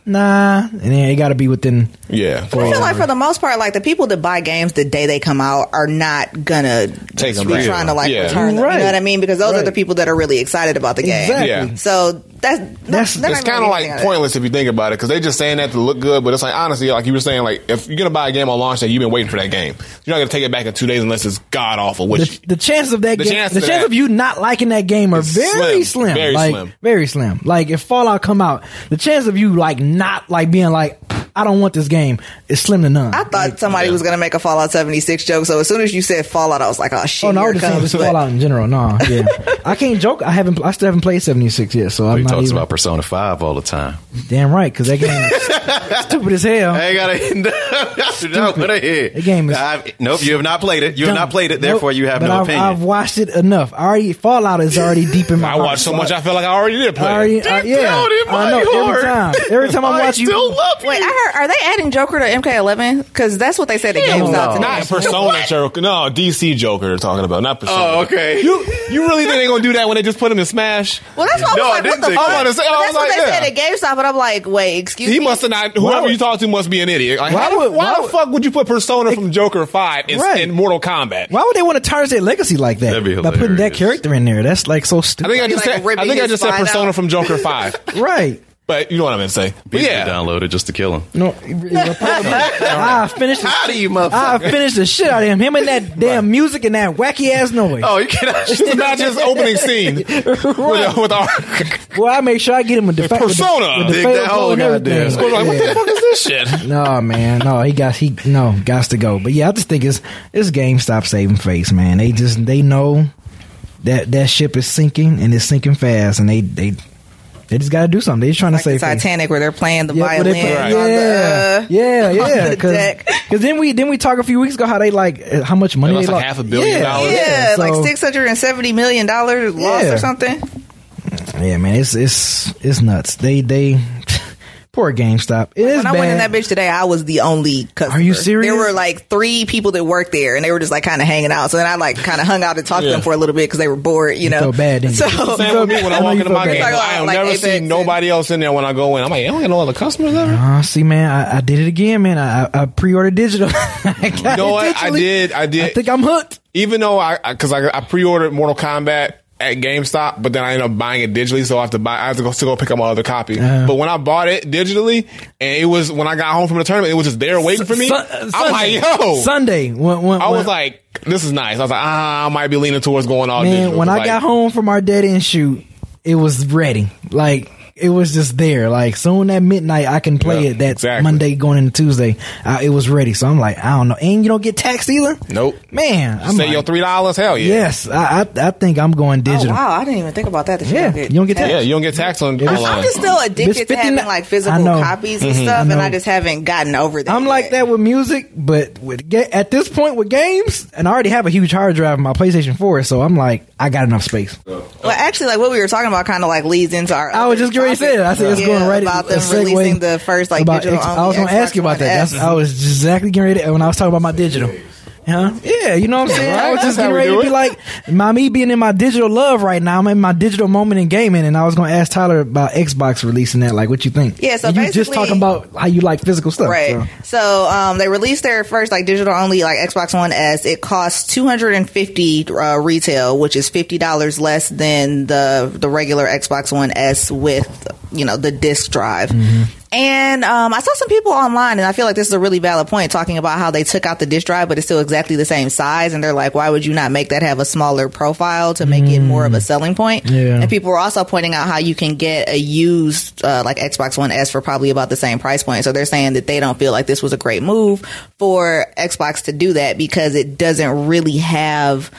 nah and then it got to be within
yeah.
I feel like for the most part, like the people that buy games the day they come out are not gonna
Take them
be
back.
trying to like
Yeah.
return them. You
Right.
know what I mean? Because those are
Right.
the people that are really excited about the game.
exactly
Yeah.
So that's
That's-
that's they're not
it's
gonna
kind of
do
like
anything out
pointless if you think about it because they just saying that to look good, but it's like honestly, like you were saying, like if you're gonna buy a game on launch day, you've been waiting for that game. You're not gonna take it back in two days unless it's god awful. Which
the, the chance of that
The
game,
chance
the
of
chance
that-
of you not liking that game are
It's
very slim,
slim. Very
like
slim.
very slim. Like if Fallout come out, the chance of you like not like being like I don't want this game is slim to none.
I thought somebody was gonna make a Fallout seventy six joke, so as soon as you said Fallout, I was like, oh shit,
Oh no, I
here
would
it
just saying
comes.
just
But
Fallout in general. No, yeah, I can't joke. I haven't. I still haven't played seventy six yet, so I'm
He
not
talks
even
about Persona 5 all the time.
damn right because that game is stupid as hell.
I ain't got to no, what I hear.
The game is-
I've- nope, you have not played it. You have
Dumb.
not played it.
Nope.
Therefore, you have
But
no
I've,
opinion.
I've watched it enough. I already Fallout is already deep in my.
I
heart.
watched so
I-
much, I feel like I already uh, did play.
I
it.
already, I-
Deep
yeah,
down in
I
my
know every
heart.
time. Every time I, watch
still
you,
love
wait,
you.
I heard are they adding Joker to MK eleven? Because that's what they said at
Hell
GameStop.
no.
today.
Not Persona Joker. No, DC Joker they're talking about, not Persona.
Oh, okay.
You you really think they're gonna do that when they just put him in Smash?
Well, that's what
No, I
I was
didn't
like, what the
think
fuck?
that. I
was like,
But
I
that's
was
what
like,
they
yeah.
said at GameStop, and I'm like, wait, excuse
He
me.
must have not. Whoever
would-
you talk to must be an idiot. Like,
Why
why,
would-
why,
why
the
would-
fuck would you put Persona from Joker Five in,
Right.
in Mortal Kombat?
why would they want to tarnish their legacy like that?
That'd be
By putting that
hilarious.
character in there, that's like so
I
stupid.
think I
Be
just
like
said. I
ripping
think I
his
just said
spine
Persona
out.
from Joker Five.
right.
but you know what I'm gonna say. But
Beats
yeah,
yeah. downloaded just to kill him.
No, I finished.
How do you motherfucker?
I finished the shit out of him. Him and that damn music and that wacky ass noise.
Oh, you cannot.
just imagine his opening scene with, the- with our.
Well, I make sure I get him a defa-
Persona.
with the, with the
Dig
fatal
that
blow
hole,
and everything.
goddamn.
Like, what the fuck is this shit?
No man, no, he got he no got to go. But yeah, I just think it's it's GameStop saving face, man. They just they know that that ship is sinking and it's sinking fast, and they they they just got to do something. They just trying
like
to
the
save face.
Titanic where they're playing the uh,
Yeah,
violin.
but they-
on
yeah,
the,
yeah,
on
yeah.
the deck.
Because then we then we talk a few weeks ago how they like uh, how much money
They lost
they
like
lost
half a billion
yeah,
dollars.
Yeah, like
so-
six hundred and seventy million dollars loss
Yeah.
or something.
Yeah, man, it's it's it's nuts. They they Poor GameStop. It is
When I went in that
bad.
bitch today, I was the only customer.
Are you serious?
There were like three people that worked there, and they were just like kind of hanging out. So then I like kind of hung out and talked
Yeah.
to them for a little bit because they were bored, you, know.
felt bad, didn't you?
so
Same with me when
I
I
know
walk
you
into
feel
my
bad.
game.
Like,
I don't
like
never
Apex
see
and-
nobody else in there when I go in. I'm like, I don't get no other customers ever.
Uh, see, man, I, I did it again, man. I, I, I pre-ordered digital. I got
know
it
what? I
digitally.
did- I did.
I think I'm hooked.
even though I because I, I, pre-ordered Mortal Kombat at GameStop, but then I ended up buying it digitally, so I have to buy. I have to go still go pick up my other copy. But when I bought it digitally, and it was when I got home from the tournament, it was just there waiting for me.
Sun-
I'm
Sunday.
like, yo,
Sunday. When, when,
I was
when-
like, this is nice. I was like, ah, I might be leaning towards going all
man,
digital.
when I
Like,
got home from our dead end shoot, it was ready. Like it was just there. Like soon at midnight, I can play
Yeah,
it. That
exactly.
Monday going into Tuesday, uh, it was ready. So I'm like, I don't know. And you don't get taxed either.
Nope.
man. I'm
say
like,
your three dollars, hell yeah,
Yes, I, I I think I'm going
Oh,
digital.
wow, I didn't even think about that. that
Yeah,
get
you don't get
yeah.
taxed.
You don't get taxed on
I'm
I'm
online.
just still
It's
addicted to
59
having like
I
physical
know.
copies and stuff,
I
and
know.
I just haven't gotten over that.
I'm like
yet.
that with music, but with ga- at this point with games, and I already have a huge hard drive in my PlayStation 4, so I'm like, I got enough space.
Well, actually, like what we were talking about, kind of like leads into our.
I was just getting ready to say that. I said it's
Yeah,
going right
about
a
them
segue
releasing the first like
about
digital.
X-
only
I was gonna
Xbox
ask you about
One
that.
S.
That's, I was exactly getting ready to, when I was talking about my digital. Huh? Yeah, you know what I'm saying. I was
That's
just
how
getting
we
ready
do
to be
it.
like, my me being in my digital love right now. I'm in my digital moment in gaming, and I was gonna ask Tyler about Xbox releasing that. Like, what you think?
Yeah, so
And you just
basically-
talking about how you like physical stuff,
Right. So, um, they released their first like digital only like Xbox One S. It costs 250 uh, retail, which is fifty dollars less than the the regular Xbox One S with you know the disc drive.
Mm-hmm.
And um, I saw some people online, and I feel like this is a really valid point talking about how they took out the disc drive, but it's still exactly the same size. And they're like, why would you not make that have a smaller profile to make it more of a selling point?
Mm. Yeah.
And people were also pointing out how you can get a used uh, like Xbox One S for probably about the same price point. So they're saying that they don't feel like this was a great move for Xbox to do that because it doesn't really have.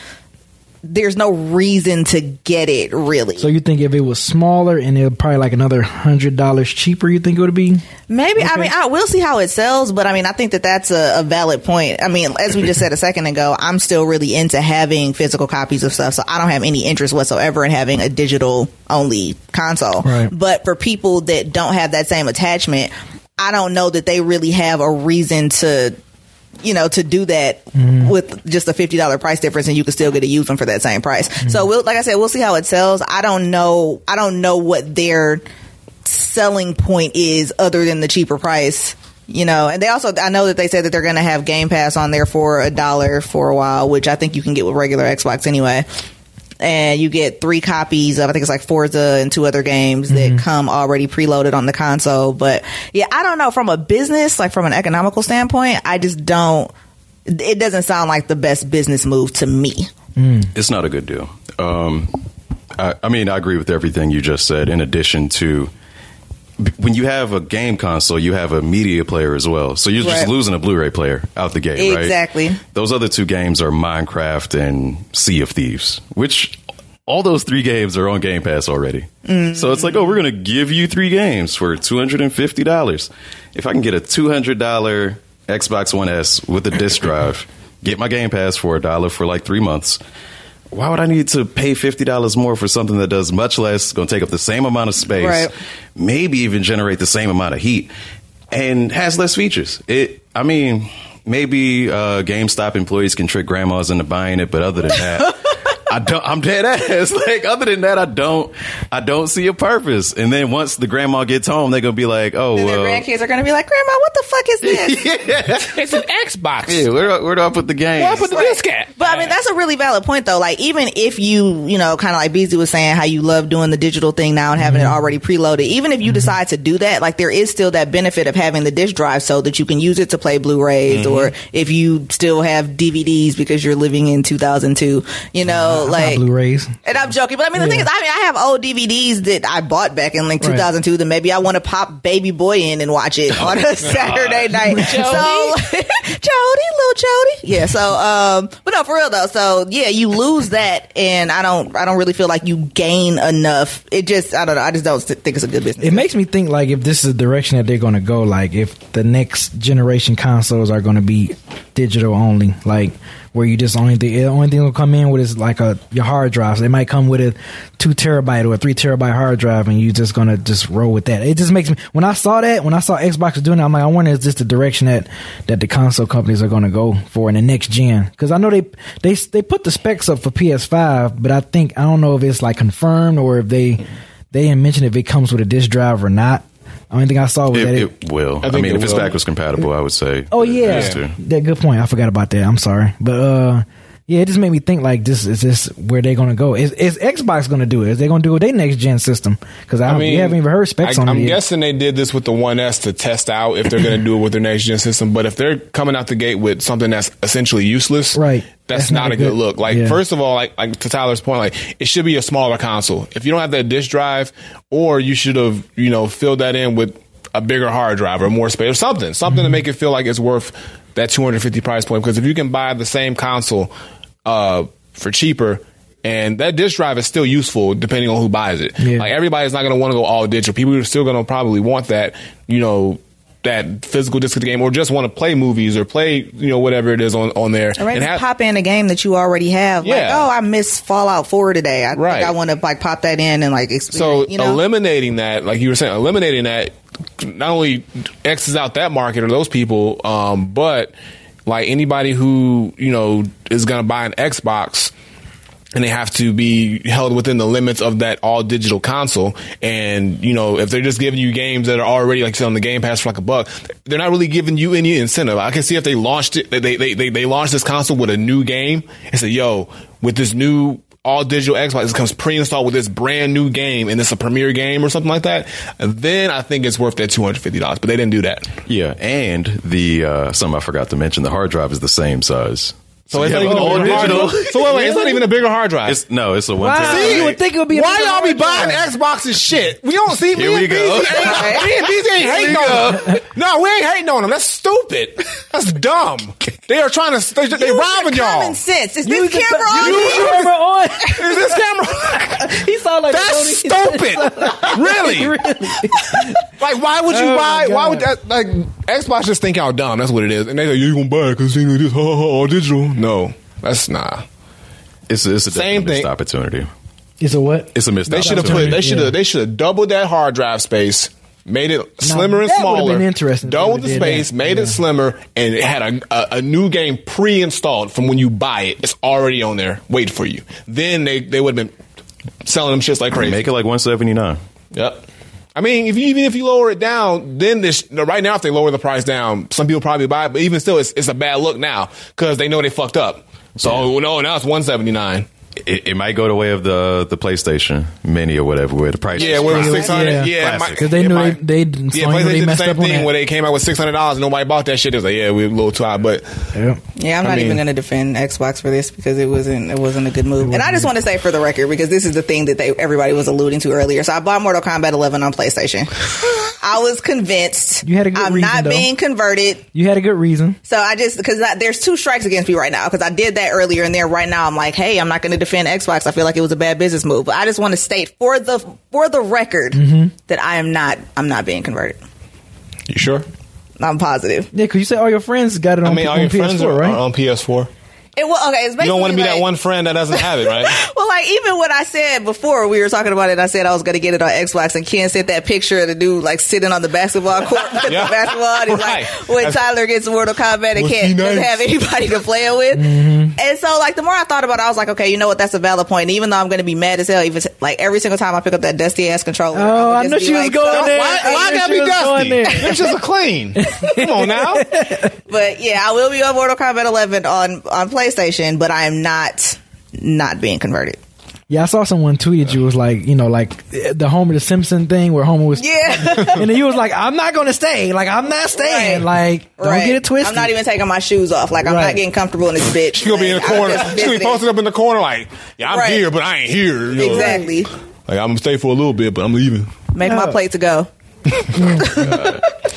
There's no reason to get it really.
So you think if it was smaller and it probably like another hundred dollars cheaper, you think it would be?
Maybe I mean I will see how it sells, but I mean I think that that's a, a valid point. I mean, as we just said a second ago, I'm still really into having physical copies of stuff, so I don't have any interest whatsoever in having a digital only console.
Right.
But for people that don't have that same attachment, I don't know that they really have a reason to, you know, to do that with just a fifty dollar price difference, and you can still get a used one for that same price. So we'll, like I said, we'll see how it sells. I don't know. I don't know what their selling point is other than the cheaper price. You know, and they also I know that they said that they're going to have Game Pass on there for a dollar for a while, which I think you can get with regular Xbox anyway. And you get three copies of I think it's like Forza and two other games
Mm-hmm.
that come already preloaded on the console. But yeah, I don't know from a business like from an economical standpoint, I just don't. It doesn't sound like the best business move to me. Mm.
it's not a good deal. Um, I, I mean, I agree with everything you just said. In addition to b- when you have a game console, you have a media player as well. So you're
Right.
just losing a Blu-ray player out the gate, right?
Exactly.
Those other two games are Minecraft and Sea of Thieves, which all those three games are on Game Pass already. So it's like, oh, we're going to give you three games for two hundred and fifty dollars. If I can get a two hundred dollar Xbox One S with a disc drive, get my Game Pass for a dollar for like three months. Why would I need to pay fifty dollars more for something that does much less, going to take up the same amount of space,
Right.
maybe even generate the same amount of heat, and has less features? It, I mean, maybe uh, GameStop employees can trick grandmas into buying it, but other than that, I don't. I'm dead ass. Like other than that, I don't. I don't see a purpose. And then once the grandma gets home, they're gonna be like, oh
And
well.
their grandkids are going to be like, Grandma, what the fuck is this?
it's an Xbox.
Yeah, where do, I, where do I put the game?
Why put the disc at?
But I mean, that's a really valid point, though. Like, even if you, you know, kind of like Beasley was saying, how you love doing the digital thing now and having it already preloaded. Even if you decide to do that, like, there is still that benefit of having the disc drive so that you can use it to play Blu-rays, or if you still have DVDs because you're living in 2002, you know, like.
Blu-rays.
And I'm joking, but I mean the thing is, I mean I have old DVDs that I bought back in like
Right.
2002 that maybe I want to pop Baby Boy in and watch it
Oh
on a Saturday night. So Jody, little Jody, yeah. So, um, but no, for real though. So yeah, you lose that, and I don't, I don't really feel like you gain enough. It just, I don't know. I just don't think it's a good business.
It makes me think like if this is the direction that they're going to go, like if the next generation consoles are going to be digital only, like where you just only the only thing will come in with is like a your hard drive. So it might come with a two terabyte or a three terabyte hard drive, and you just gonna just roll with that. It just makes me when I saw that when I saw Xbox was doing it, I'm like, I wonder is this the direction that that the console companies are gonna go for in the next gen? Because I know they they they put the specs up for PS5, but I think I don't know if it's like confirmed or if they they didn't mention if it comes with a disk drive or not. Only thing I saw was
It,
that
it will. I,
think
mean,
it
if it's
will.
backwards compatible, I would say.
Oh
it
yeah,
has to.
that good point. I forgot about that. I'm sorry, but uh, yeah, it just made me think like this is this where they're gonna go? Is, is Xbox gonna do it? Is they gonna do it with their next gen system? Because I,
I
don't
mean,
we haven't even heard specs
I,
on
I'm
it yet.
guessing they did this with the 1S to test out if they're going to do it with their next gen system. But if they're coming out the gate with something that's essentially useless,
Right.
That's, not, a good, look. Like
yeah.
first of all, like, like to Tyler's point, like it should be a smaller console. If you don't have that disk drive, or you should have you know filled that in with a bigger hard drive or more space or something, something to make it feel like it's worth that 250 price point. Because if you can buy the same console uh, for cheaper. And that disk drive is still useful depending on who buys it.
Yeah.
Like everybody's not going to want to go all digital. People are still going to probably want that, you know, that physical disc of the game, or just want to play movies or play, you know, whatever it is on on there.
Or maybe
And have-
pop in a game that you already have. Like,
Yeah.
oh, I miss Fallout 4 today. I
Right.
think I want to like pop that in and like
so
experience. you know?
eliminating that, like you were saying, eliminating that not only x's out that market or those people, um, but like anybody who you know is going to buy an Xbox. And they have to be held within the limits of that all digital console. And, you know, if they're just giving you games that are already like selling the Game Pass for like a buck, they're not really giving you any incentive. I can see if they launched it, they, they, they, they launched this console with a new game and said, yo, with this new all digital Xbox. It comes pre-installed with this brand new game, and it's a premiere game or something like that. Then I think it's worth that two hundred fifty dollars. But they didn't do that,
Yeah, and the uh, something I forgot to mention: the hard drive is the same size.
so it's not
you have
even
an
a bigger hard
all-digital-
drive. So wait, wait, it's not even a bigger hard drive.
It's no, it's a one.
Wow.
terabyte.
You would think it would be a
Why
bigger
y'all be
hard drive.
buying Xboxes shit? We don't see
Here
me
we
and
go.
BZ ain't, me and BZ ain't hating on them. No, we ain't hating on them. That's stupid. That's dumb. They are trying to they, they
Use
robbing
your
y'all.
Common sense. Is
You
this
just-
camera
you
on?
just remember on.
Is this camera?
he sounded like
That's
the only-
stupid. really? Like, why would you
Oh,
buy?
my
Why would
God.
that? Like, Xbox just think y'all dumb. That's what it is. And they like, you gonna buy it because you know this ha, ha, ha, all digital. No, that's not.
It's, it's a
Same
same
thing.
missed opportunity.
It's a what?
It's a missed.
They should have
opportunity.
put. They should have.
Yeah.
They should have doubled that hard drive space. Made it slimmer and
that would've
smaller.
been interesting if they
Doubled the
did that.
space, made
Yeah.
it slimmer, and it had a, a, a new game pre-installed from when you buy it. It's already on there, waiting for you. Then they they would have been selling them shits like crazy.
Make it like one seventy nine.
Yep. I mean, if you, even if you lower it down, then this no, right now if they lower the price down, some people probably buy it. But even still, it's, it's a bad look now because they know they fucked up. So well, no, now it's one seventy nine.
It, it might go the way of the the PlayStation Mini or whatever, where the price.
Yeah,
is
where it was
priced.
six hundred. Yeah,
Yeah.
it might-
Classic.
'Cause they
it
knew
might-
they- they-
yeah,
Sony knew
PlayStation
they
did the
messed
same
up on
thing
that.
where they came out with six hundred dollars and nobody bought that shit. It was like, yeah, we're a little too high, but
Yeah.
Yeah, I'm
I
not even
mean-
going to defend Xbox for this because it wasn't it wasn't a good move. And I just want to say for the record because this is the thing that they everybody was alluding to earlier. So I bought Mortal Kombat 11 on PlayStation. I was convinced.
You had a good
I'm
reason,
not
though.
being converted.
You had a good reason.
So I just because there's two strikes against me right now because I did that earlier and then right now I'm like, hey, I'm not going to defend Xbox. I feel like it was a bad business move. But I just want to state for the for the record
Mm-hmm.
that I am not I'm not being converted.
you sure?
I'm positive.
Yeah, because you said all your friends got it on,
I mean,
P-
all
on
your
PS4,
friends are uh,
right?
are on PS4.
It well, okay. It's basically
You don't want to be that
like-
one friend that doesn't have it, right?
Well, like even what I said before we were talking about it, I said I was going to get it on Xbox, and Ken sent that picture of the dude like sitting on the basketball court with
Yeah.
the basketball. And he's
Right.
like, when
That's-
Tyler gets Mortal Kombat, and
Must
can't
be
doesn't
nice.
have anybody to play it with.
Mm-hmm.
And so, like the more I thought about it, I was like, okay, you know what? That's a valid point. And even though I'm going to be mad as hell, even like every single time I pick up that dusty ass controller.
Oh,
would
I
just
knew
be
she was
like,
going
so-
there.
Why,
I
why
knew
gotta
she
be
was
dusty?
going there.
Them shits are clean. Come on now.
But yeah, I will be on Mortal Kombat 11 on on PlayStation, but I am not not being converted.
Yeah, I saw someone tweeted you was like, you know, like eh, the Homer the Simpson thing where Homer was
Yeah.
and then you was like, "I'm not gonna stay. Like I'm not staying. Like don't
Right.
get it twisted."
I'm not even taking my shoes off. Like I'm
Right.
not getting comfortable in this bitch.
She gonna be in the
Like,
corner.
I'm just
She gonna be
visiting.
posted up in the corner like, yeah, I'm
Right.
here, but I ain't here. you know?
Exactly.
Like I'm gonna stay for a little bit, but I'm leaving.
Make my plate to go.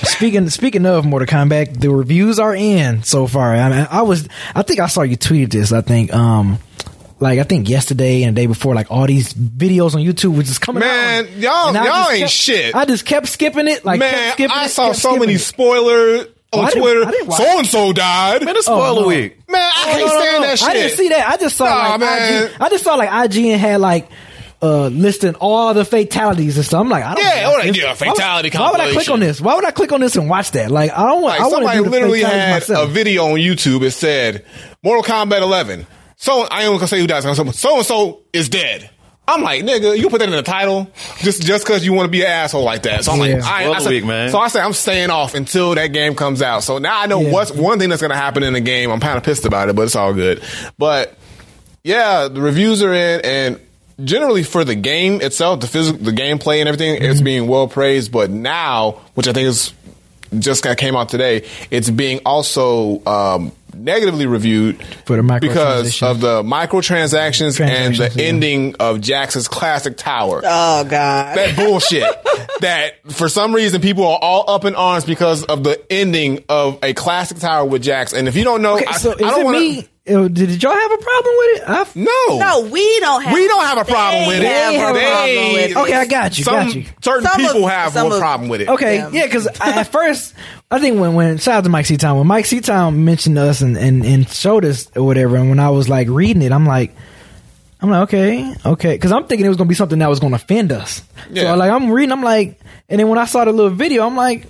speaking speaking of Mortal Kombat, the reviews are in so far. I mean, I was I think I saw you tweeted this. I think um like I think yesterday and the day before, like all these videos on YouTube was just coming.
Man,
out.
y'all-
And I
y'all
just
ain't
kept-
shit.
I just kept skipping it. Like kept
Man,
skipping
I
it,
saw
kept
so
skipping
many
it.
spoiler on
Oh, I didn't-
Twitter,
I didn't watch- Oh,
so and so died. Man,
Man, it's spoiler
no. Oh,
week.
I can't
No, no,
stand
no.
that shit.
I didn't see that. I just saw
Nah,
like
man.
IG. I just saw like IGN had like uh listing all the fatalities and stuff. I'm like, I don't.
Yeah,
want
all that-
this.
yeah,
Why would-
fatality
Why would I click
compilation.
on this? Why would I click on this and watch that? Like, I don't want.
Like
I want
somebody
to do the
literally
fatalities
had
myself.
a video on YouTube that said Mortal Kombat 11. So I ain't gonna say who dies. So and so is dead. I'm like, nigga, you put that in the title just just because you want to be an asshole like that. So I'm
Yeah.
like, I, I
Spoiler
said-
week, man.
So I say I'm staying off until that game comes out. So now I know
Yeah.
what's one thing that's gonna happen in the game. I'm kind of pissed about it, but it's all good. But yeah, the reviews are in, and generally for the game itself, the physical, the gameplay and everything, it's
Mm-hmm.
being well praised. But now, which I think is just kind of came out today, it's being also um, negatively reviewed
For the microtransactions.
because of the microtransactions and the
Transactions, yeah.
ending of Jackson's classic tower
Oh God.
that bullshit that for some reason people are all up in arms because of the ending of a classic tower with Jax. And if you don't know,
Okay,
I,
so
I
is
don't
it
wanna-
me? Uh, Did y'all have a problem with it? I f-
No,
No, we don't have.
we don't have a problem
They
with it.
have a
They-
problem with it.
Okay, I got you,
Some
got you.
certain
Some of-
people have
some
one
of-
problem with it.
Okay,
Yeah.
yeah, because at first, I think when, when shout out to Mike C. Town, when Mike C. Town mentioned us and, and, and showed us or whatever, and when I was like reading it, I'm like, I'm like, okay, okay, because I'm thinking it was gonna be something that was gonna offend us.
Yeah.
So like, I'm reading, I'm like, and then when I saw the little video, I'm like.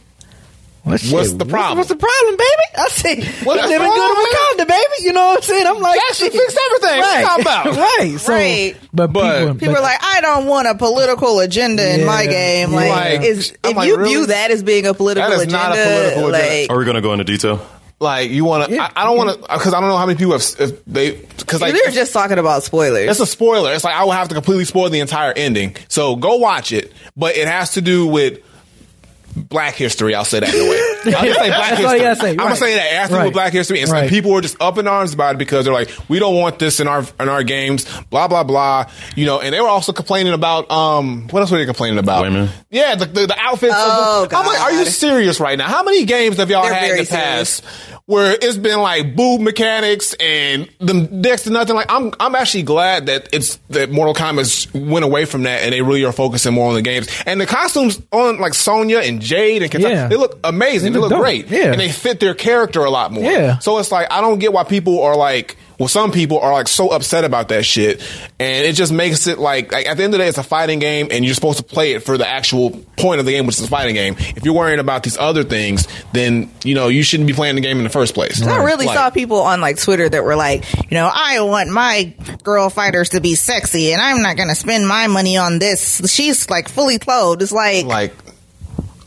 What's,
What's the problem?
What's, the problem, baby? I say,
What's
what's living
wrong
good
with it?
Wakanda, baby. You know what I'm saying? I'm like,
That should
shit.
fix everything. What you
Right,
talking about?
right? So,
Right.
but
But-
people,
People
but-
are like, I don't want a political agenda in my
Yeah,
game.
yeah.
Like,
Like,
is,
I'm
if
like,
you
really?
view that as being a political
That is
agenda,
not a political
like,
agenda.
Are we going to go into detail?
Like you want to?
Yeah.
I, I don't want to because I don't know how many people have if they because like
we were just talking about spoilers.
It's a spoiler. It's like I would have to completely spoil the entire ending. So go watch it, but it has to do with black history. I'll say that in a way. I'll just say black
That's all
history.
you gotta say.
I'm gonna
Right.
say that it has to do
Right.
with black history, and so
Right.
people are just up in arms about it because they're like, we don't want this in our in our games. Blah blah blah. You know, and they were also complaining about um what else were they complaining about?
Women.
Yeah, the the, the outfits.
Oh,
of the, I'm like, are
God.
you serious right now? How many games have y'all
They're
had in
very
the past where it's been like boob mechanics and them next to nothing? Like I'm I'm actually glad that it's that Mortal Kombat went away from that and they really are focusing more on the games and the costumes on like Sonya and Jade and Katana,
Yeah.
they look amazing.
They
They
look
look,
dope.
great.
Yeah.
and they fit their character a lot more.
Yeah.
So it's like I don't get why people are like. Well, some people are like so upset about that shit, and it just makes it like, like at the end of the day, it's a fighting game, and you're supposed to play it for the actual point of the game, which is a fighting game. If you're worrying about these other things, then you know you shouldn't be playing the game in the first place.
I really
Like-
saw people on like Twitter that were like, you know, I want my girl fighters to be sexy, and I'm not going to spend my money on this. She's like fully clothed. It's like, like,
like,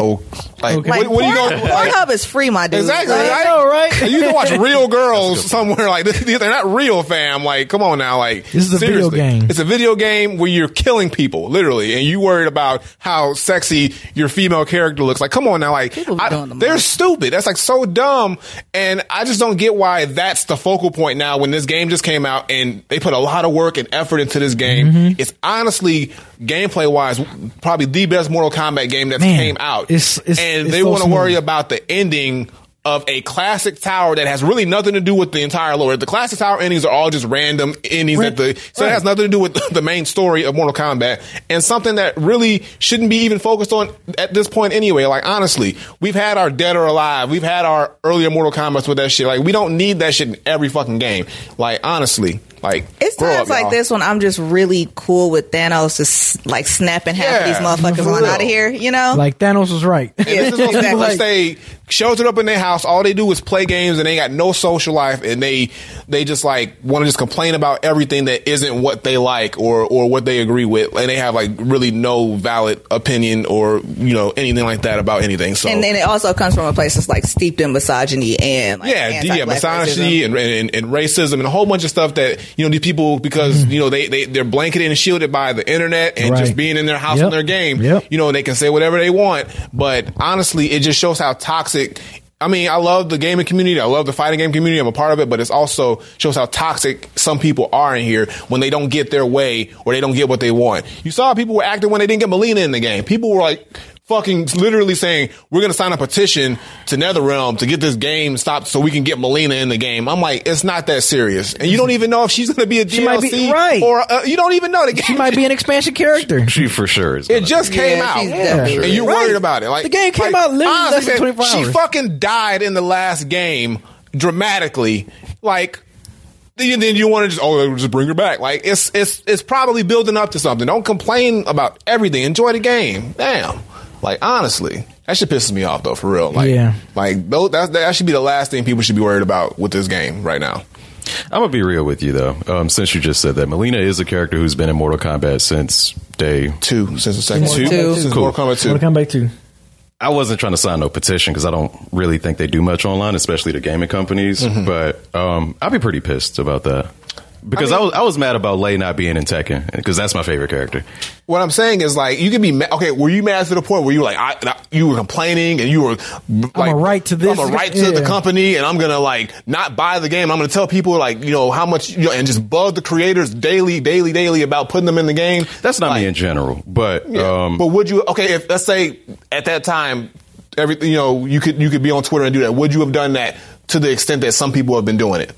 oh, like,
Okay.
what, what are you going?
Porn-
Like,
Pornhub is free, my dude.
exactly.
Like,
right?
I know, right?
You can watch real girls somewhere. Like they're not real, fam. Like, come on now. Like
This is a video game.
It's a video game where you're killing people, literally, and you worried about how sexy your female character looks. Like, come on now. Like,
People be
I-
doing the
they're
most.
stupid. That's like so dumb, and I just don't get why that's the focal point now. When this game just came out, and they put a lot of work and effort into this game,
Mm-hmm.
it's honestly gameplay wise probably the best Mortal Kombat game that's
Man,
came out.
it's- it's-
and
it's
they
so
want to worry
smooth.
about about the ending of a classic tower that has really nothing to do with the entire lore. The classic tower endings are all just random endings
Right.
at the so
Right.
it has nothing to do with the main story of Mortal Kombat and something that really shouldn't be even focused on at this point anyway. Like honestly, we've had our Dead or Alive, we've had our earlier Mortal Kombat with that shit. Like we don't need that shit in every fucking game. Like honestly, like
It's
grow
times
up,
like
y'all.
this when I'm just really cool with Thanos just like snapping half
Yeah,
of these motherfuckers
for
on
real.
out of here, you know?
like Thanos was right.
Yeah,
This is those people that
exactly.
stay sheltered up in their house. All they do is play games, and they got no social life, and they they just like want to just complain about everything that isn't what they like or or what they agree with, and they have like really no valid opinion or you know anything like that about anything. So
and then it also comes from a place that's like steeped in misogyny and like,
yeah, d- yeah,
anti-black
misogyny
racism.
and, and and racism and a whole bunch of stuff that you know these people because
Mm-hmm.
you know they they they're blanketed and shielded by the internet and
Right.
just being in their house
Yep.
and their game.
Yep.
You know they can say whatever they want, but honestly, it just shows how toxic. I mean, I love the gaming community. I love the fighting game community. I'm a part of it, but it's also shows how toxic some people are in here when they don't get their way or they don't get what they want. You saw people were acting when they didn't get Melina in the game. People were like fucking literally saying we're going to sign a petition to NetherRealm to get this game stopped so we can get Melina in the game. I'm like, it's not that serious, and you don't even know if she's going to be a
She
DLC
might be- right.
or uh, you don't even know the game.
She might be an expansion character.
She for sure is.
It just
Yeah,
came
she's
out,
definitely-
and you're
Right.
worried about it. Like
The game came
like,
out literally less than
honestly,
24
She
hours.
fucking died in the last game dramatically. Like. And then you want to just oh just bring her back like it's it's it's probably building up to something. Don't complain about everything. Enjoy the game. Damn, like honestly, that shit pisses me off though for real. Like
Yeah.
like tho- that that should be the last thing people should be worried about with this game right now.
I'm gonna be real with you though. Um, since you just said that, Melina is a character who's been in Mortal Kombat since day.
Two since the second two
Two? Two.
since
Cool.
Mortal Kombat two.
Mortal Kombat 2.
I wasn't trying to sign no petition because I don't really think they do much online, especially the gaming companies. But um, I'd be pretty pissed about that because I, was I was mad about Lei not being in Tekken because that's my favorite character.
What I'm saying is like you could be mad. okay. Were you mad to the point where you were like I, I- you were complaining and you were like,
I'ma write to this-
I'm a right to the
yeah.
company and I'm gonna like not buy the game. I'm gonna tell people like you know how much you know, and just bug the creators daily, daily, daily about putting them in the game.
That's not me in general, but
Yeah.
um,
but would you okay if let's say at that time everything you know you could you could be on Twitter and do that? Would you have done that to the extent that some people have been doing it?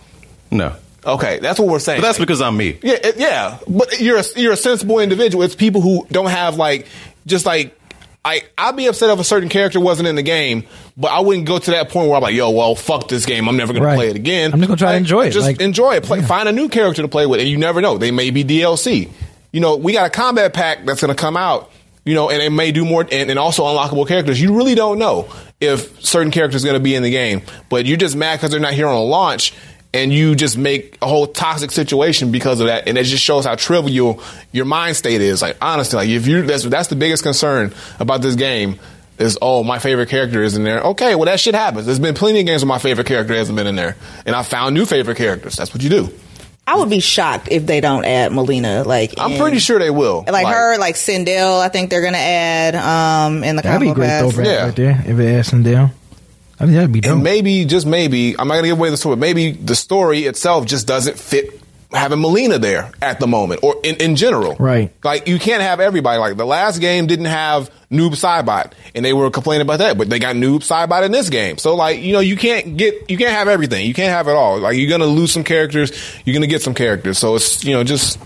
no,
Okay, that's what we're saying.
but that's because I'm me.
Yeah, it- yeah, but you're a, you're a sensible individual. It's people who don't have like just like I I'd be upset if a certain character wasn't in the game, but I wouldn't go to that point where I'm like, yo, well, fuck this game. I'm never gonna
Right.
play it again.
I'm just gonna try to
Like,
enjoy it,
Just
like-
enjoy it. Play, Find a new character to play with, and you never know. They may be DLC. You know, we got a combat pack that's gonna come out. You know, and it may do more, and, and also unlockable characters. You really don't know if certain characters going to be in the game, but you're just mad because they're not here on launch and you just make a whole toxic situation because of that, and it just shows how trivial your mind state is. Like honestly, like if you that's that's the biggest concern about this game is oh my favorite character is in there. Okay, well that shit happens. There's been plenty of games where my favorite character hasn't been in there, and I found new favorite characters. That's what you do.
I would be shocked if they don't add Melina. Like
I'm
in-
pretty sure they will.
like, her, like Sindel. I think they're gonna add um in the
That'd be
combo
great
pass.
throwback
Yeah.
right there. If it adds them down, I mean that'd be dope.
And maybe, just maybe, I'm not gonna give away the story. Maybe the story itself just doesn't fit having Melina there at the moment, or in, in general.
Right.
Like you can't have everybody. Like the last game didn't have Noob Cybot, and they were complaining about that, but they got Noob Cybot in this game. So like you know, you can't get, you can't have everything. You can't have it all. Like you're gonna lose some characters, you're gonna get some characters. So it's you know just.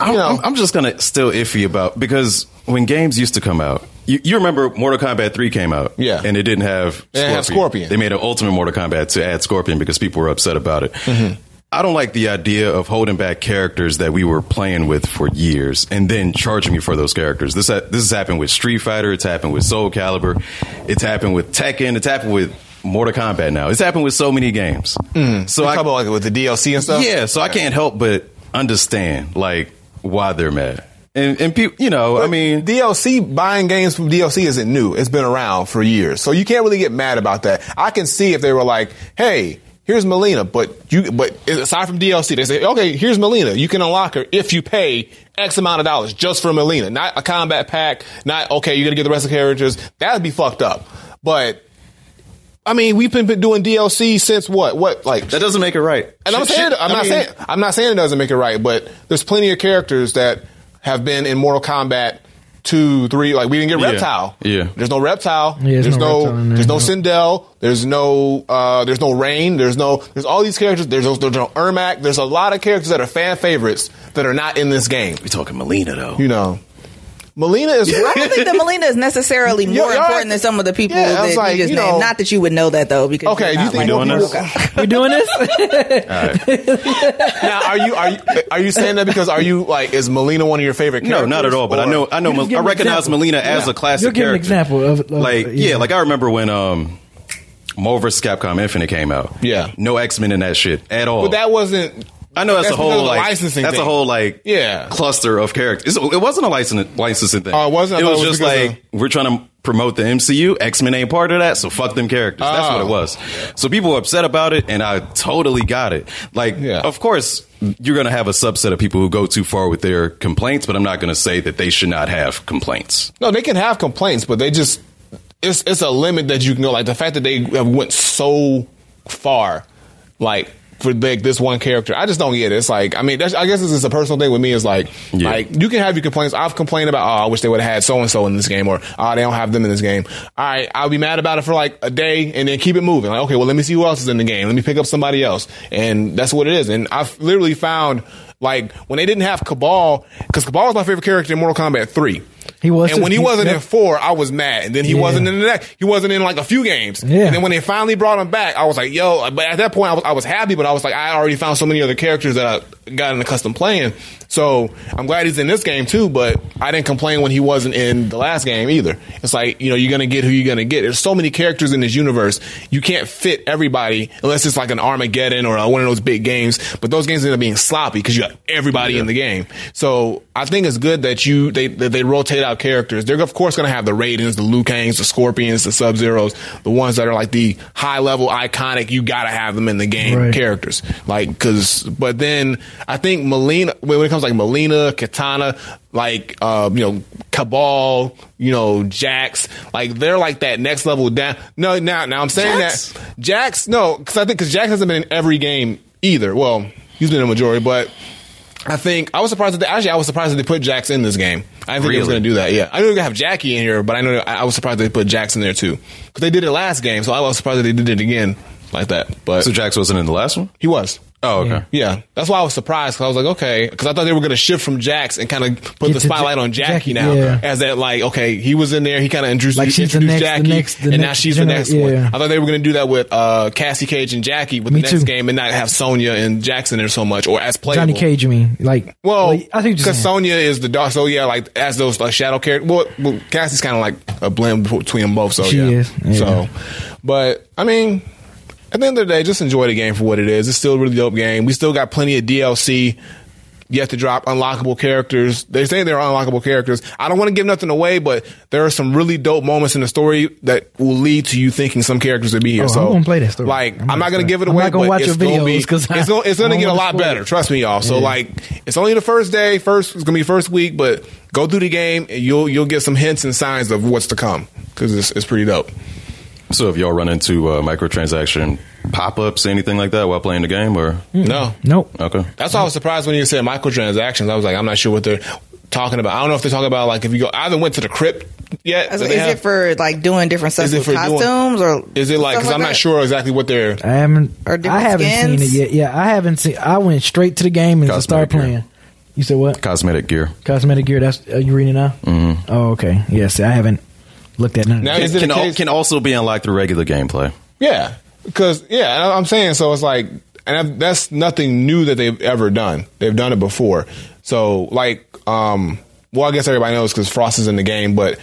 I'm,
you know.
I'm- I'm just gonna still iffy about because when games used to come out, you, you remember Mortal Kombat three came out,
Yeah.
and it didn't have
It didn't have Scorpion.
They made an Ultimate Mortal Kombat to add Scorpion because people were upset about it.
Mm-hmm.
I don't like the idea of holding back characters that we were playing with for years and then charging me for those characters. This ha- this has happened with Street Fighter. It's happened with Soul Calibur. It's happened with Tekken. It's happened with Mortal Kombat. Now it's happened with so many games. So
Talk
I,
about like with the DLC and stuff.
yeah, so I can't help but understand like why they're mad. And and people, you know, I
But
mean,
DLC buying games from DLC isn't new. It's been around for years, so you can't really get mad about that. I can see if they were like, "Hey, here's Melina," but you, but aside from DLC, they say, "Okay, here's Melina. You can unlock her if you pay X amount of dollars just for Melina, not a combat pack, not okay. You're gonna get the rest of the characters. That'd be fucked up." But I mean, we've been, been doing DLC since what? What like
that doesn't make it right.
and I'm
Shit-
saying
shit-
I'm
I
not
mean,
saying I'm not saying it doesn't make it right, but there's plenty of characters that have been in Mortal Kombat two, three. Like we didn't get
Yeah.
Reptile.
Yeah.
there's no Reptile.
Yeah, there's
there's
no
no,
Reptile in there,
there's no
no.
Sindel. There's no uh, there's no Rain. There's no there's all these characters. There's no, there's no Ermac. There's a lot of characters that are fan favorites that are not in this game.
we talking Melina though.
You know, Melina is
I don't think that Melina is necessarily more
Yo, y'all-
important than some of the people
Yeah, I was
that
like,
you just
you
named.
know-
Not that you would know that though, because
Okay,
you're
you
not
think
like
doing
Mortal
this?
Kombat.
we doing this?
now. Are you are you are you saying that because are you like is Melina one of your favorite?
No,
characters?
not at all. But I
Or-
know, I know,
You just give
I
an
recognize
example.
Melina as a classic.
You'll give an
character.
example of- of-
like
yeah.
yeah. like I remember when um, Marvel vs. Capcom Infinite came out.
Yeah.
no X Men in that shit at all.
But that wasn't.
I know that's, a
because
whole
of the
like
licensing.
that's
thing.
a whole like
Yeah.
cluster of characters. It's- it wasn't a license licensing thing.
Oh, it wasn't? I
It
thought
was,
it was
just
because
like we're trying to promote the MCU. X Men ain't part of that, so fuck them characters. That's
Oh.
what it was. So people were upset about it, and I totally got it. Like,
Yeah.
of course. You're going to have a subset of people who go too far with their complaints, but I'm not going to say that they should not have complaints.
No, they can have complaints, but they just it's it's a limit that you can go. Like the fact that they have went so far, like for like this one character. I just don't get it. It's like I mean, that's, I guess this is a personal thing with me. Is like
Yeah.
like you can have your complaints. I've complained about oh I wish they would have had so and so in this game or oh they don't have them in this game. All right, I'll be mad about it for like a day and then keep it moving. Like okay, well let me see who else is in the game. Let me pick up somebody else, and that's what it is. And I've literally found. Like when they didn't have Cabal, because Cabal is my favorite character in Mortal Kombat Three.
He was
and
too.
when he
He-
wasn't
yep.
in four, I was mad. And then he
Yeah.
wasn't in the next. He wasn't in like a few games.
Yeah.
And then when they finally brought him back, I was like, yo. uh, But at that point, I was, I was happy, but I was like, I already found so many other characters that I got accustomed playing. So I'm glad he's in this game too. But I didn't complain when he wasn't in the last game either. It's like you know you're gonna get who you're gonna get. There's so many characters in this universe. You can't fit everybody unless it's like an Armageddon or uh, one of those big games. But those games end up being sloppy because you got everybody in the game. So I think it's good that you they that they rotate out characters. They're of course going to have the Raidens, the Liu Kangs, the Scorpions, the Sub Zeros, the ones that are like the high level iconic. You got to have them in the game
Right.
characters, like because. But then I think Melina when when it comes to, like Melina, Katana, like uh, you know Cabal, you know Jax, like they're like that next level down. No, now now I'm saying
Jax?
that Jax, no, because I think because Jax hasn't been in every game either. Well, he's been in the majority, but. I think I was surprised that they, actually I was surprised that they put Jax in this game. I didn't think they was
Really?
going to do that. Yeah, I knew they were gonna have Jackie in here, but I know I I was surprised they put Jax in there too because they did it last game. So I was surprised that they did it again like that. But
So Jax wasn't in the last one.
he was.
Oh, okay.
Yeah, that's why I was surprised because I was like, okay, because I thought they were going to shift from Jax and kind of put
Get
the
to
spotlight
Ja-
on Jackie,
Jackie,
now
yeah.
as that like, okay, he was in there, he kind of introduced,
Like, she's the
introduced
next- the
Jackie,
next- the
and now
next
she's the
gener-
next
yeah.
one. I thought they were going to do that with uh, Cassie Cage and Jackie with
Me
the next
too.
game and not have Sonya and Jackson there so much or as playable.
Johnny Cage, you mean? Like,
Well,
like, I think
because Sonya is the dark. So yeah, like as those like shadow characters. Well, well Cassie's kind of like a blend betw- between them both. So
She
yeah.
is, yeah.
So, but I mean, at the end of the day, just enjoy the game for what it is. It's still a really dope game. We still got plenty of DLC. Yet to drop unlockable characters. They say they're unlockable characters. I don't want to give nothing away, but there are some really dope moments in the story that will lead to you thinking some characters will be here.
Oh, I'm
so
gonna play that story.
Like,
I'm
I'm,
gonna
not
play
gonna
it.
give it
I'm
away.
not gonna
but
watch
it's
your
gonna be,
videos 'cause I-
it's gonna, it's gonna
I don't
get a
wanna
lot
spoil
better.
it.
Trust me, y'all. So
Yeah.
like it's only the first day. First, it's gonna be first week, but go through the game and you'll you'll get some hints and signs of what's to come because it's, it's pretty dope.
So if y'all run into uh, microtransaction pop ups, anything like that while playing the game, or
No,
Nope.
okay,
that's why I was surprised when you said microtransactions. I was like, I'm not sure what they're talking about. I don't know if they're talking about like if you go. I haven't went to the crypt yet.
Is
that they
it
have.
for like doing different stuff
Is it
with
for doing-
costumes or
Is it like?
stuff
Because I'm not
that?
sure exactly what they're.
I haven't.
Or
I
different
haven't
skins?
seen it yet. Yeah, I haven't seen. I went straight to the game and just started
Cosmetic
playing.
gear.
You said what?
cosmetic gear.
Cosmetic gear. That's are you reading now? Mm-hmm. Oh, okay. Yeah. See, I haven't looked at none. of
Now
that.
Is it
Can,
a
al-
case-
can also be unlocked through regular gameplay.
Yeah, because yeah, and I- I'm saying so. It's like, and I've- that's nothing new that they've ever done. They've done it before. So like, um, well, I guess everybody knows because Frost is in the game, but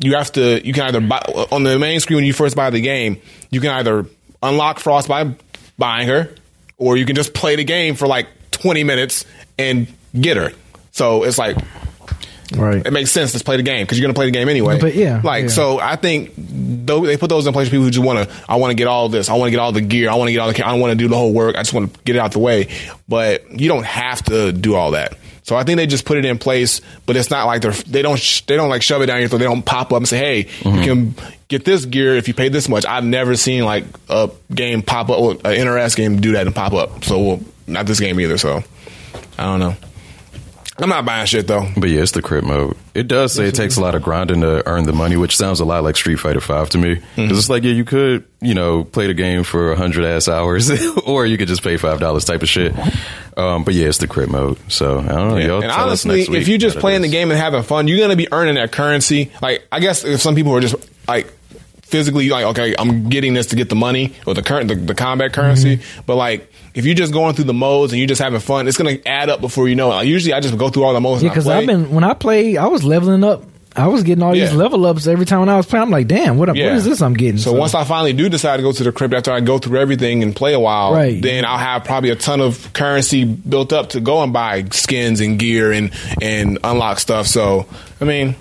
you have to. You can either buy on the main screen when you first buy the game. You can either unlock Frost by buying her, or you can just play the game for like 20 minutes and get her. So it's like
right.
it makes sense. Let's play the game because you're going to play the game anyway.
But yeah,
like
yeah.
so, I think though they put those in place for people who just want to. I want to get all this. I want to get all the gear. I want to get all the. ca- I want to do the whole work. I just want to get it out the way. But you don't have to do all that. So I think they just put it in place, but it's not like they're they don't sh- they don't like shove it down your throat. They don't pop up and say, "Hey,
Mm-hmm.
you can get this gear if you pay this much." I've never seen like a game pop up, or an NRS game do that and pop up. So well, not this game either. So I don't know. I'm not buying shit though.
But yeah, it's the crit mode. It does say it takes a lot of grinding to earn the money, which sounds a lot like Street Fighter Five to me. Because
Mm-hmm.
it's like, yeah, you could, you know, play the game for a hundred ass hours, or you could just pay five dollars type of shit. Um, but yeah, it's the crit mode. So I don't know. Oh, Y'all
and
tell
honestly,
us next week
if you're just
what it
playing the
is.
game and having fun, you're gonna be earning that currency. Like I guess if some people are just like physically like, okay, I'm getting this to get the money or the current the, the combat currency.
Mm-hmm.
But like if you're just going through the modes and you're just having fun, it's gonna add up before you know it. Like, usually I just go through all the modes.
Yeah,
because
because I've been when I play, I was leveling up. I was getting all these
Yeah.
level ups every time when I was playing. I'm like, damn, what, what is this I'm getting?
So, once I finally do decide to go to the crypt after I go through everything and play a while,
Right.
then I'll have probably a ton of currency built up to go and buy skins and gear and and unlock stuff. So I mean,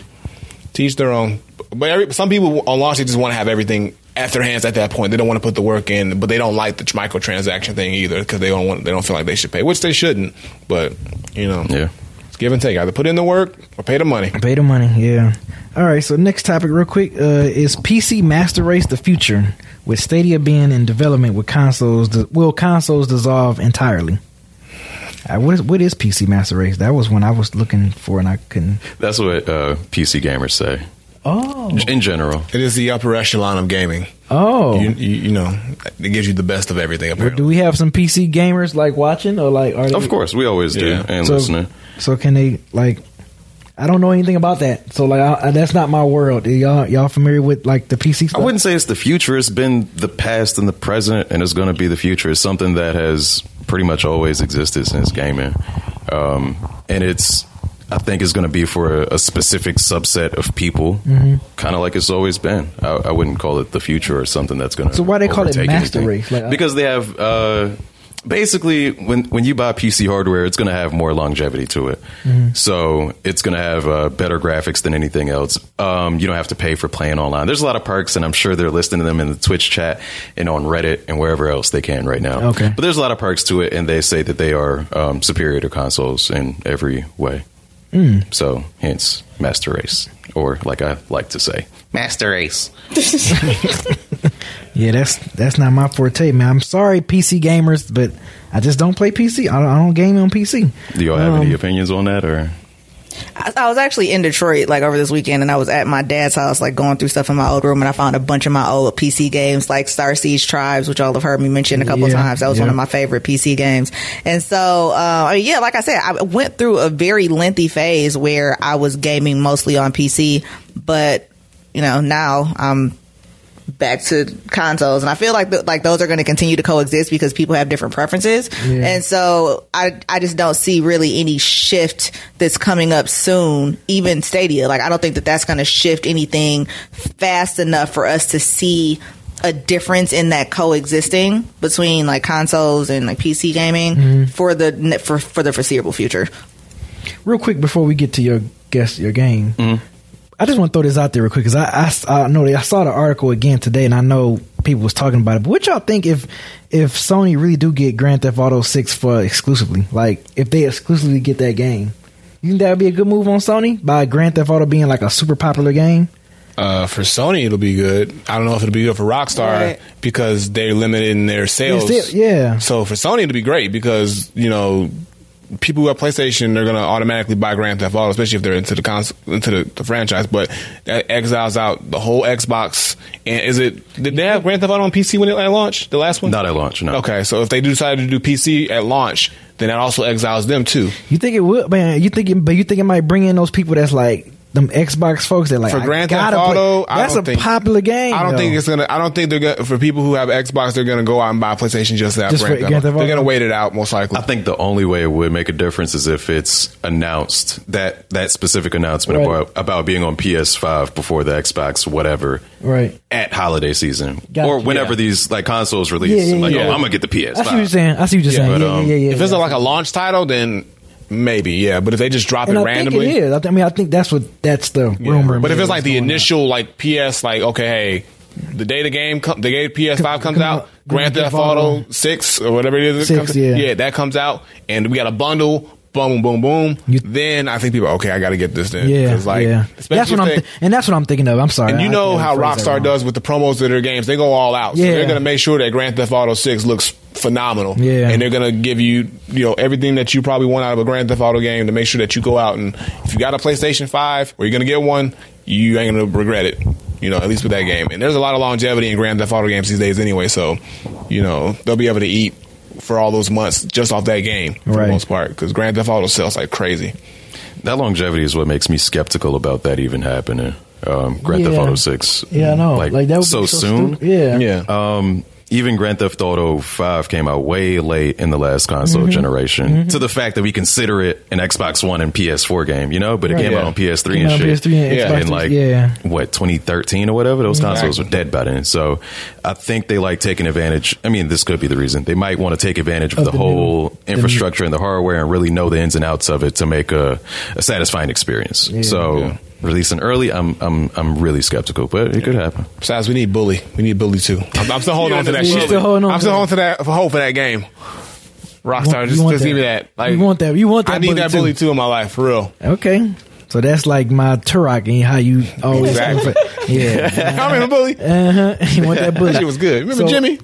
teach their own. But every, some people on launch they just want to have everything at their hands at that point. They don't want to put the work in, but they don't like the microtransaction thing either because they don't want they don't feel like they should pay, which they shouldn't. But you know,
Yeah.
it's give and take. Either put in the work or pay the money.
Pay the money, yeah. All right, so next topic, real quick, uh, is PC Master Race the future? With Stadia being in development, with consoles, will consoles dissolve entirely? Uh, what is what is PC Master Race? That was one I was looking for, and I couldn't.
That's what uh, PC gamers say
Oh,
in general.
It is the upper echelon of gaming.
oh.
You, you, you know, it gives you the best of everything. Apparently.
Do we have some PC gamers like watching or like? Are they,
Of course, we always do.
Yeah.
And
So-
listening,
So can they like? I don't know anything about that, so like I, I, that's not my world. Y'all y'all familiar with like the PC
I
stuff?
wouldn't say it's the future. It's been the past and the present, and it's going to be the future. It's something that has pretty much always existed since gaming, um, and it's. I think it's going to be for a, a specific subset of people,
Mm-hmm.
kind of like it's always been. I, I wouldn't call it the future or something that's going to.
So why they call it
overtake
master
anything.
race? Like, I-
because they have uh, basically when when you buy PC hardware, it's going to have more longevity to it. So it's going to have uh, better graphics than anything else. Um, you don't have to pay for playing online. There's a lot of perks, and I'm sure they're listening to them in the Twitch chat and on Reddit and wherever else they can right now.
Okay.
but there's a lot of perks to it, and they say that they are um, superior to consoles in every way. So hence master race, or like I like to say, master race.
Yeah, that's that's not my forte, man. I'm sorry, PC gamers, but I just don't play PC. I don't, I don't game on PC.
Do y'all have any opinions on that, or?
I, I was actually in Detroit like over this weekend, and I was at my dad's house, like going through stuff in my old room, and I found a bunch of my old PC games, like Star Siege Tribes, which y'all have heard me mention a couple
Yeah,
times. That was one
yeah.
of my favorite PC games, and so uh, I mean, yeah, like I said, I went through a very lengthy phase where I was gaming mostly on PC, but you know now I'm back to consoles and i feel like th- like those are going to continue to coexist because people have different preferences
Yeah.
and so i i just don't see really any shift that's coming up soon even stadia like i don't think that that's going to shift anything fast enough for us to see a difference in that coexisting between like consoles and like pc gaming for the ne- for for the foreseeable future
Real quick before we get to your guess your game, I just want to throw this out there real quick because I, I I know that- I saw the article again today, and I know people was talking about it. But what y'all think if if Sony really do get Grand Theft Auto Six for exclusively, like if they exclusively get that game, you think that would be a good move on Sony by Grand Theft Auto being like a super popular game?
Uh, for Sony, it'll be good. I don't know if it'll be good for Rockstar
Right.
because they're limiting their sales.
Yes, they- yeah.
So for Sony, it'll be great because you know people who have PlayStation, they're gonna automatically buy Grand Theft Auto, especially if they're into the cons- into the, the franchise. But that exiles out the whole Xbox. And is it? Did they have Grand Theft Auto on PC when it at launch? The last one?
Not at launch, no.
Okay, so if they do decide to do PC at launch, then that also exiles them too.
You think it would, man? You think, it, but you think it might bring in those people that's like them Xbox folks that like
for
I
Grand Theft
gotta play-
Auto, I
That's
don't
a
think-
popular game.
I don't
though.
think it's gonna. I don't think they're gonna for people who have Xbox. They're gonna go out and buy a PlayStation just to have
Just for
Grand Theft
Grand
Auto.
Theft
They're
Auto?
gonna wait it out most likely.
I think the only way it would make a difference is if it's announced that that specific announcement
Right.
about, about being on PS5 before the Xbox, whatever,
right.
at holiday season
Gotcha.
or whenever
Yeah.
these like consoles release.
Yeah, yeah,
like,
yeah.
oh, I'm gonna get the
I see what you're
PS5.
saying. I see what you're saying.
but,
yeah,
um,
yeah, yeah, yeah.
if it's like a launch title, then maybe yeah. But if they just drop
and
it
I
randomly,
think it is. I, th- I mean, I think that's what that's the rumor.
but if
mill
it's like the
that's going
initial like PS, like okay, hey, the day the game com- the day PS Five
Come-
comes
come
out,
out,
Grand Theft Auto Six or whatever it is, it
Six,
comes-
yeah.
that comes out, and we got a bundle. Boom, boom, boom.
You-
then I think people, okay, I got to get this
on.
then.
yeah,
'Cause, like,
yeah.
especially
That's
if
what I'm
they-
thi- and that's what I'm thinking of. I'm sorry.
And you
I- I
know
think I
how
phrased that
Rockstar
wrong.
does with the promos of their games. They go all out. So
Yeah.
they're going to make sure that Grand Theft Auto 6 looks phenomenal.
Yeah.
And they're going to give you, you know, everything that you probably want out of a Grand Theft Auto game to make sure that you go out and if you got a PlayStation 5 or you're going to get one, you ain't going to regret it. You know, at least with that game. And there's a lot of longevity in Grand Theft Auto games these days anyway, so you know, they'll be able to eat for all those months just off that game for
Right.
the most part cuz Grand Theft Auto sells like crazy.
That longevity is what makes me skeptical about that even happening. Um, Grand Theft
Yeah.
Auto Six.
Yeah, I know. Like, that would
so,
be so
soon.
stupid. Yeah,
Um, even Grand Theft Auto Five came out way late in the last console
Mm-hmm.
generation, to the fact that we consider it an Xbox One and PS4 game, you know. But it
Right.
came out
Yeah.
on PS3
Came
and
out on
shit,
PS3 and Xbox
in like
360, yeah.
what 2013 or whatever. Those consoles were dead by then. So I think they like taking advantage. I mean, this could be the reason they might want to take advantage of,
Of
the,
the new-
whole
the new-
infrastructure and the hardware and really know the ins and outs of it to make a, a satisfying experience. So.
Yeah.
Releasing early, I'm I'm I'm really skeptical, but it could happen.
Besides, we need Bully. We need Bully too. I'm, I'm still holding on to that
You
shit.
still holding on
I'm
to
still
that.
holding to that for hope for that game.
You want-
Rockstar,
you
just,
want
just
that.
give me that. Like,
You want that- you want that
I need
Bully
that
too.
Bully too in my life, for real.
Okay. So that's like my Turok and how you always
Exactly.
yeah.
I remember Bully.
Uh-huh. He want that bullet.
That shit was good. Remember
So-
Jimmy?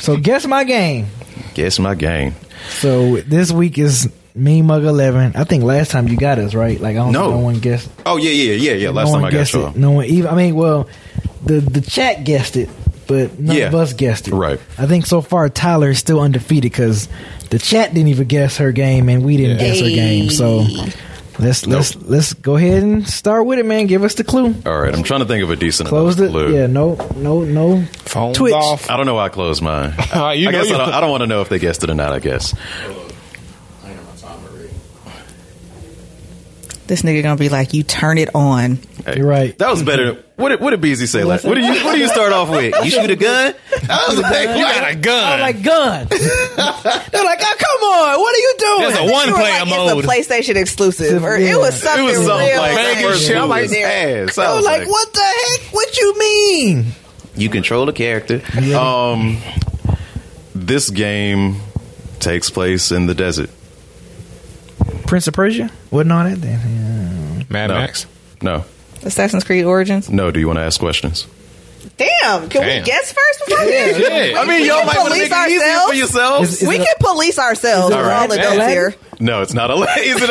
So guess my game.
Guess my game.
So this week is Mean Mug Eleven. I think last time you got us right. Like I don't
No.
no one guessed.
Oh yeah, yeah, yeah, yeah. Last
no
time
one
I got
guessed
y'all.
it. No one even. I mean, well, the the chat guessed it, but none
Yeah.
of us guessed it.
Right.
I think so far Tyler is still undefeated because the chat didn't even guess her game and we didn't guess her game. So
Hey.
let's let's let's go ahead and start with it, man. Give us the clue.
All right, I'm trying to think of a decent
Closed
enough
it.
clue.
Yeah. No. No. No.
Phones
Twitch.
off.
I don't know why I closed mine.
Uh, you know
I guess
you-
I don't, I don't want to know if they guessed it or not. I guess.
This nigga gonna be like, you turn it on.
Hey,
You're right.
That was better. than- What did, what did BZ say? Like, what do you what do you start off with? You shoot a gun? I was like, you got a gun.
I'm like gun. They're like, oh, come on, what are you doing?
I think you were like, It's a PlayStation exclusive, or
Yeah.
it was something
it was something
real.
like
bad.
Vegas shit. I'm like,
Lewis ass. I
I
was like,
what the heck? What you mean?
You control the character. Um, this game takes place in the desert.
Prince of Persia? Wasn't all that then.
Mad
No.
Max.
No,
Assassin's Creed Origins.
no. Do you want to ask questions?
Damn, can
Damn.
we guess first before we
Yeah. I
We can
wanna
police
it easy
ourselves.
yourselves.
Is- is
we
it a-
can police ourselves.
is it
We're all
Aladdin?
adults
Aladdin?
here.
no, it's not Aladdin. Is it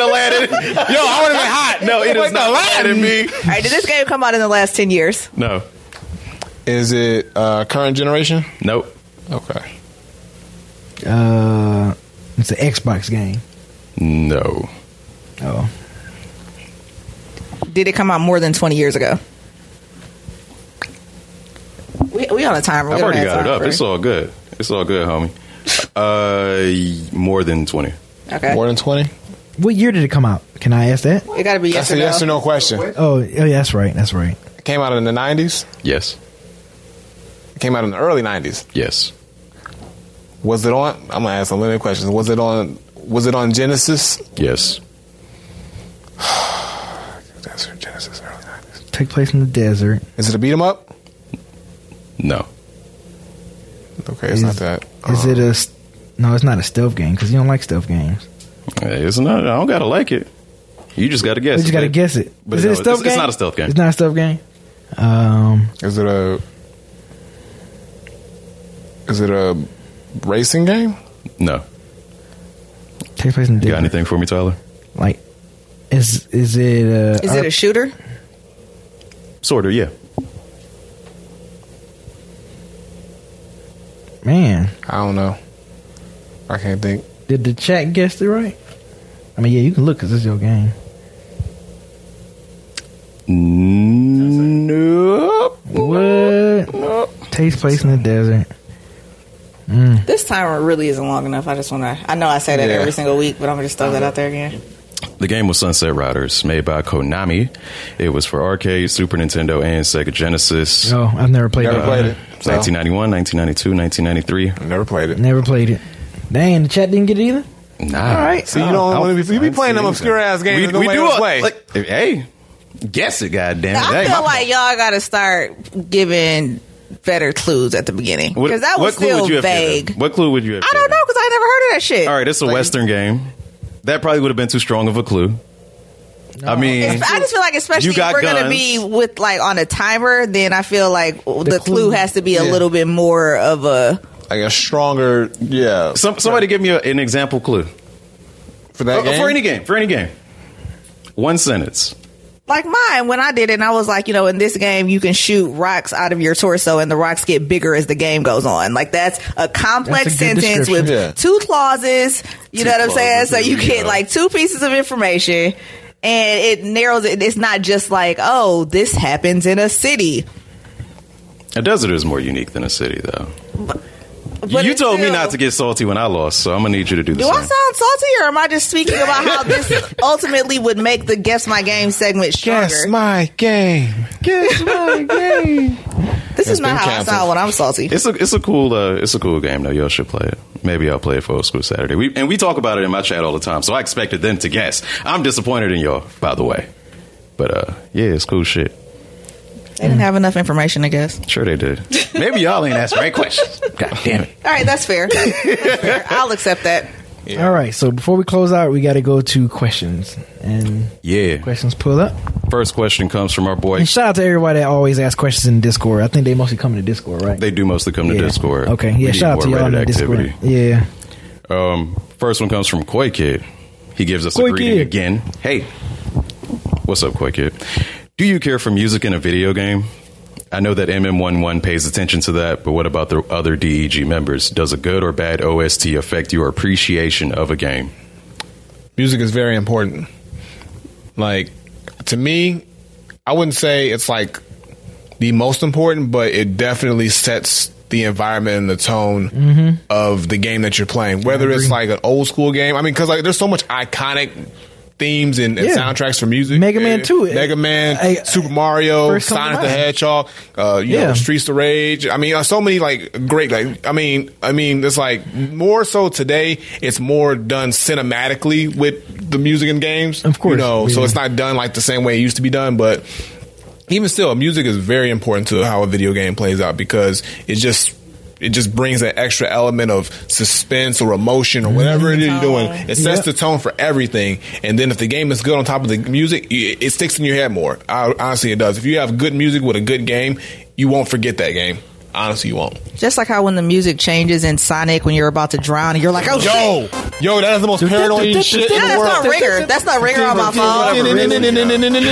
Aladdin? Yo, I would have been hot. No, it is not Aladdin. Me.
All right, did this game come out in the last ten years?
No.
Is it uh, current generation?
Nope.
Okay.
Uh, it's an Xbox game.
No.
Oh,
Did it come out more than twenty years ago? We, we on a timer. We
I've
don't
already
have
got it
time
up.
for-
It's all good. It's all good, homie. Uh, more than twenty.
okay.
More than 20?
what year did it come out? Can I ask that?
It got to be yes
That's
or
a
no.
yes or no question.
Oh, oh yeah, that's right. That's right.
Came out in the 90s?
Yes.
Came out in the early 90s.
Yes.
Was it on? I'm gonna ask a limited questions. Was it on? Was it on Genesis?
Yes.
That's her Genesis early 90s.
Take place in the desert.
Is it a beat 'em up?
No.
Okay, it's
Is-
not that.
Is
Uh-huh.
Uh,
it a? s- No, it's not a stealth game because you don't like stealth games.
Hey, it's not. I don't gotta like it. You just gotta guess.
But you got to guess it.
But
Is it
no,
a
it's-
stealth
it's
game?
not a stealth game.
It's not a stealth game. Um,
Is it a? Is it a racing game?
No.
takes place in the
You got
desert.
anything for me, Tyler?
Like, is is it? A, uh,
Is it a shooter?
Sorta. Yeah.
man?
I don't know. I can't think.
Did the chat guess it right? I mean, yeah, you can look because it's your game.
Nope.
What? Takes place in the desert.
This timer really isn't long enough. I just want to. I know I say that
Yeah.
every single week, but I'm gonna just throw that out there again.
The game was Sunset Riders, made by Konami. It was for arcade, Super Nintendo, and Sega Genesis.
Oh, I've never played
Never
it.
played it. So,
1991, 1992, 1993.
Uh-huh. never played it.
Never played it. Dang, the chat didn't get it either.
Nah. Oh.
All right.
See, you don't
I
want to be. You be
I
playing
see
them obscure ass games.
We,
that
we
nobody
do
else
a-
play.
Like, hey, guess it, goddamn.
I
Hey,
feel
my-
like y'all got to start giving better clues at the beginning
What-
because that was
what clue
still
would you have given?
vague.
What clue would you have?
I don't
given?
know because I never heard of that shit.
All right, it's a Western game. That probably would have been too strong of a clue. I mean,
It's- I just feel like, especially
You
if
got
we're
guns.
gonna be with like on a timer, then I feel like the,
The
clue,
clue.
has to be a
Yeah.
little bit more of a.
Like a stronger, yeah.
some, somebody give me a, an example clue
for that
Uh,
game.
for any game. For any game, one sentence.
Like mine, when I did it, and I was like, you know, in this game, you can shoot rocks out of your torso, and the rocks get bigger as the game goes on. Like that's a
That's
complex
a good
sentence
description.
with
Yeah.
two clauses. You know what I'm saying?
clauses,
So you
yeah.
get like two pieces of information, and it narrows it. It's not just like, oh, this happens in a city.
A desert is more unique than a city, though.
But
you
it's
told me
still-
not to get salty when I lost, so I'm gonna need you to do the
Do
same.
I sound salty, or am I just speaking about how this ultimately would make the guess my game segment stronger?
my game.
Guess my game.
this
It's
is not
been
how
canceled.
I sound when I'm salty.
It's a it's a cool uh, it's a cool game though. Y'all should play it. Maybe I'll play it for old school Saturday. We and we talk about it in my chat all the time, so I expected them to guess. I'm disappointed in y'all, by the way. But uh, yeah, it's cool shit.
They didn't have enough information, I guess.
Sure they did. Maybe y'all ain't asked the right questions. God damn it.
All right, that's fair. That's fair. I'll accept that.
All right. So before we close out, we got to go to questions and
Yeah.
questions pull up.
First question comes from our boy.
And shout out to everybody that always asks questions in Discord. I think they mostly come to Discord, right?
They do mostly come to
Yeah.
Discord.
Okay.
We
Yeah.
need
Shout out
more
to y'all in
Reddit
the Discord. Yeah.
Um, first one comes from Koi Kid. He gives us
Koi
a greeting
Kid.
again. Hey, what's up, Koi Kid? Do you care for music in a video game? I know that MM11 pays attention to that, but what about the other DEG members? Does a good or bad OST affect your appreciation of a game?
music is very important. Like to me, I wouldn't say it's like the most important, but it definitely sets the environment and the tone
Mm-hmm.
of the game that you're playing. Whether it's like an old school game, I mean, because like there's so much iconic themes and, and
Yeah.
soundtracks for music.
Mega Man
Yeah.
2.
Mega Man,
I-
Super Mario,
First come to
Sonic the
mind.
Hedgehog, uh, you
Yeah.
know, Streets of Rage. I mean, uh, so many like great. Like, I mean, I mean, it's like more so today. It's more done cinematically with the music and games.
Of course.
you know. So
Yeah.
it's not done like the same way it used to be done, but. Even still, music is very important to how a video game plays out because it just it just brings an extra element of suspense or emotion or whatever it is you're doing. It sets
Yep.
the tone for everything. And then if the game is good on top of the music, it, it sticks in your head more. I, honestly, it does. If you have good music with a good game, you won't forget that game. Honestly, you won't.
Just like how when the music changes in Sonic when you're about to drown and you're like, oh, shit.
Yo, yo, that is the most paranoid shit in
Yeah,
the
that's
world.
not ringer. That's not ringer on my phone. Yeah,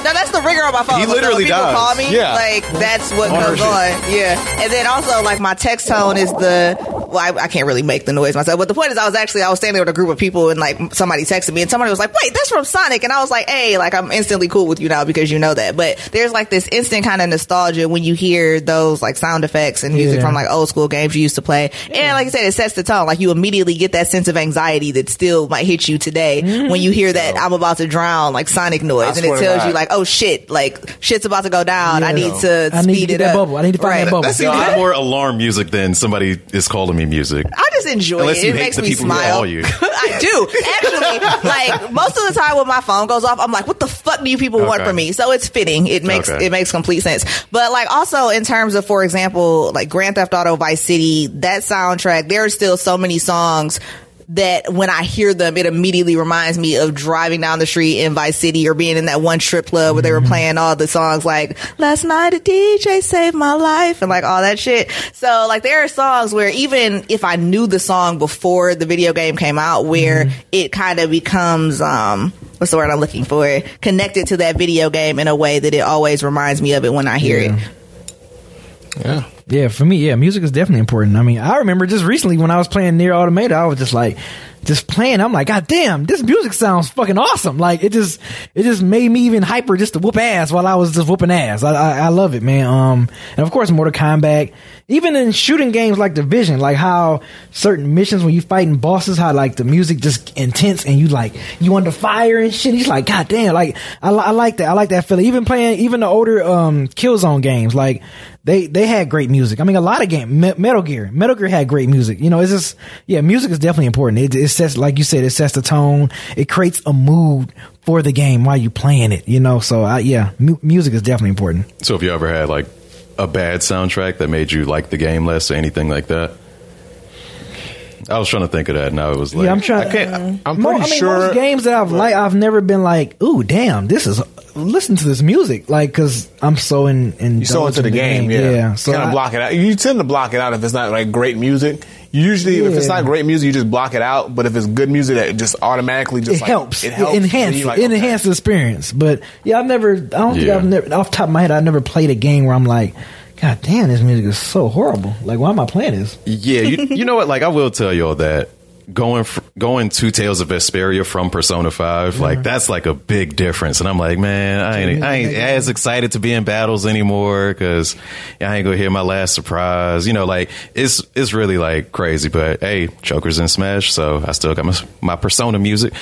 no, that's the ringer on my phone.
He literally
so when people
dies.
call me.
Yeah.
Like, that's what goes
shit.
on. Yeah. And then also, like, my text tone is the, well, I, I can't really make the noise myself. But the point is, I was actually, I was standing with a group of people and, like, somebody texted me and somebody was like, wait, that's from Sonic. And I was like, hey, like, I'm instantly cool with you now because you know that. But there's, like, this instant kind of nostalgia when you hear those, like, sound effects and music
Yeah.
from, like, old school games you used to play. And, like you said, it sets the tone. Like, you immediately get that sense of anxiety that still might hit you today
Mm-hmm.
when you hear that I'm about to drown, like, Sonic noise. and
swear
it
to
tells
God.
you, like, oh shit, like shit's about to go down. I
Yeah.
need to
I
speed
need to get
it
that
up.
bubble. I need to find that
Oh
bubble.
That's
Yo,
even-
I'm more alarm music than somebody is calling me music.
I just enjoy
Unless
it.
you
It
hate
makes
the
me
people who
smile.
call you.
I do actually. Like most of the time when my phone goes off, I'm like, "What the fuck do you people want
Okay.
from me?" So it's fitting. It makes
Okay.
it makes complete sense. But like also in terms of, for example, like Grand Theft Auto Vice City, that soundtrack. There are still so many songs. That when I hear them, it immediately reminds me of driving down the street in Vice City or being in that one strip club where they were playing all the songs like "Last Night a DJ Saved My Life" and like all that shit. So like there are songs where even if I knew the song before the video game came out, where it kind of becomes um what's the word I'm looking for connected to that video game in a way that it always reminds me of it when I hear
Yeah.
it.
Yeah.
Yeah, for me, yeah, music is definitely important. I mean, I remember just recently when I was playing Near Automata, I was just like, just playing. I'm like, God damn, this music sounds fucking awesome. Like it just, it just made me even hyper just to whoop ass while I was just whooping ass. I, I, I love it, man. Um, and of course, Mortal Kombat. Even in shooting games like Division, like how certain missions when you fighting bosses, how like the music just intense and you like you under fire and shit. He's like, God damn, like I, li- I like that. I like that feeling. Even playing even the older um Killzone games, like they they had great music. I mean, a lot of game Me- Metal Gear, Metal Gear had great music. You know, it's just yeah, music is definitely important. It, it sets like you said, it sets the tone. It creates a mood for the game while you playing it. You know, so I, yeah, mu- music is definitely important.
So if you ever had like a bad soundtrack that made you like the game less or anything like that? I was trying to think of that. Now it was like
yeah, I'm trying.
I can't,
I'm
Mo-
pretty
I mean,
sure.
most games that I've like, I've never been like, "Ooh, damn, this is." Listen to this music, like, because I'm so in. in
You so into the game, yeah.
so
kind of
I-
block it out. You tend to block it out if it's not like great music. Usually, if it's
Yeah.
not great music, you just block it out. But if it's good music, that just automatically just
it
like,
helps. It helps.
And
Enhance,
you're like,
it
okay.
enhances the experience. But yeah, I've never. I don't think
Yeah.
I've never. Off the top of my head, I never played a game where I'm like, God damn, this music is so horrible. Like, why am I playing this?
Yeah, you, you know what? Like, I will tell y'all that going fr- going to Tales of Vesperia from Persona Five, like that's like a big difference. And I'm like, man, I ain't, I ain't as excited to be in battles anymore because I ain't gonna hear my last surprise. You know, like it's it's really like crazy. But hey, Chokers and Smash, so I still got my my Persona music.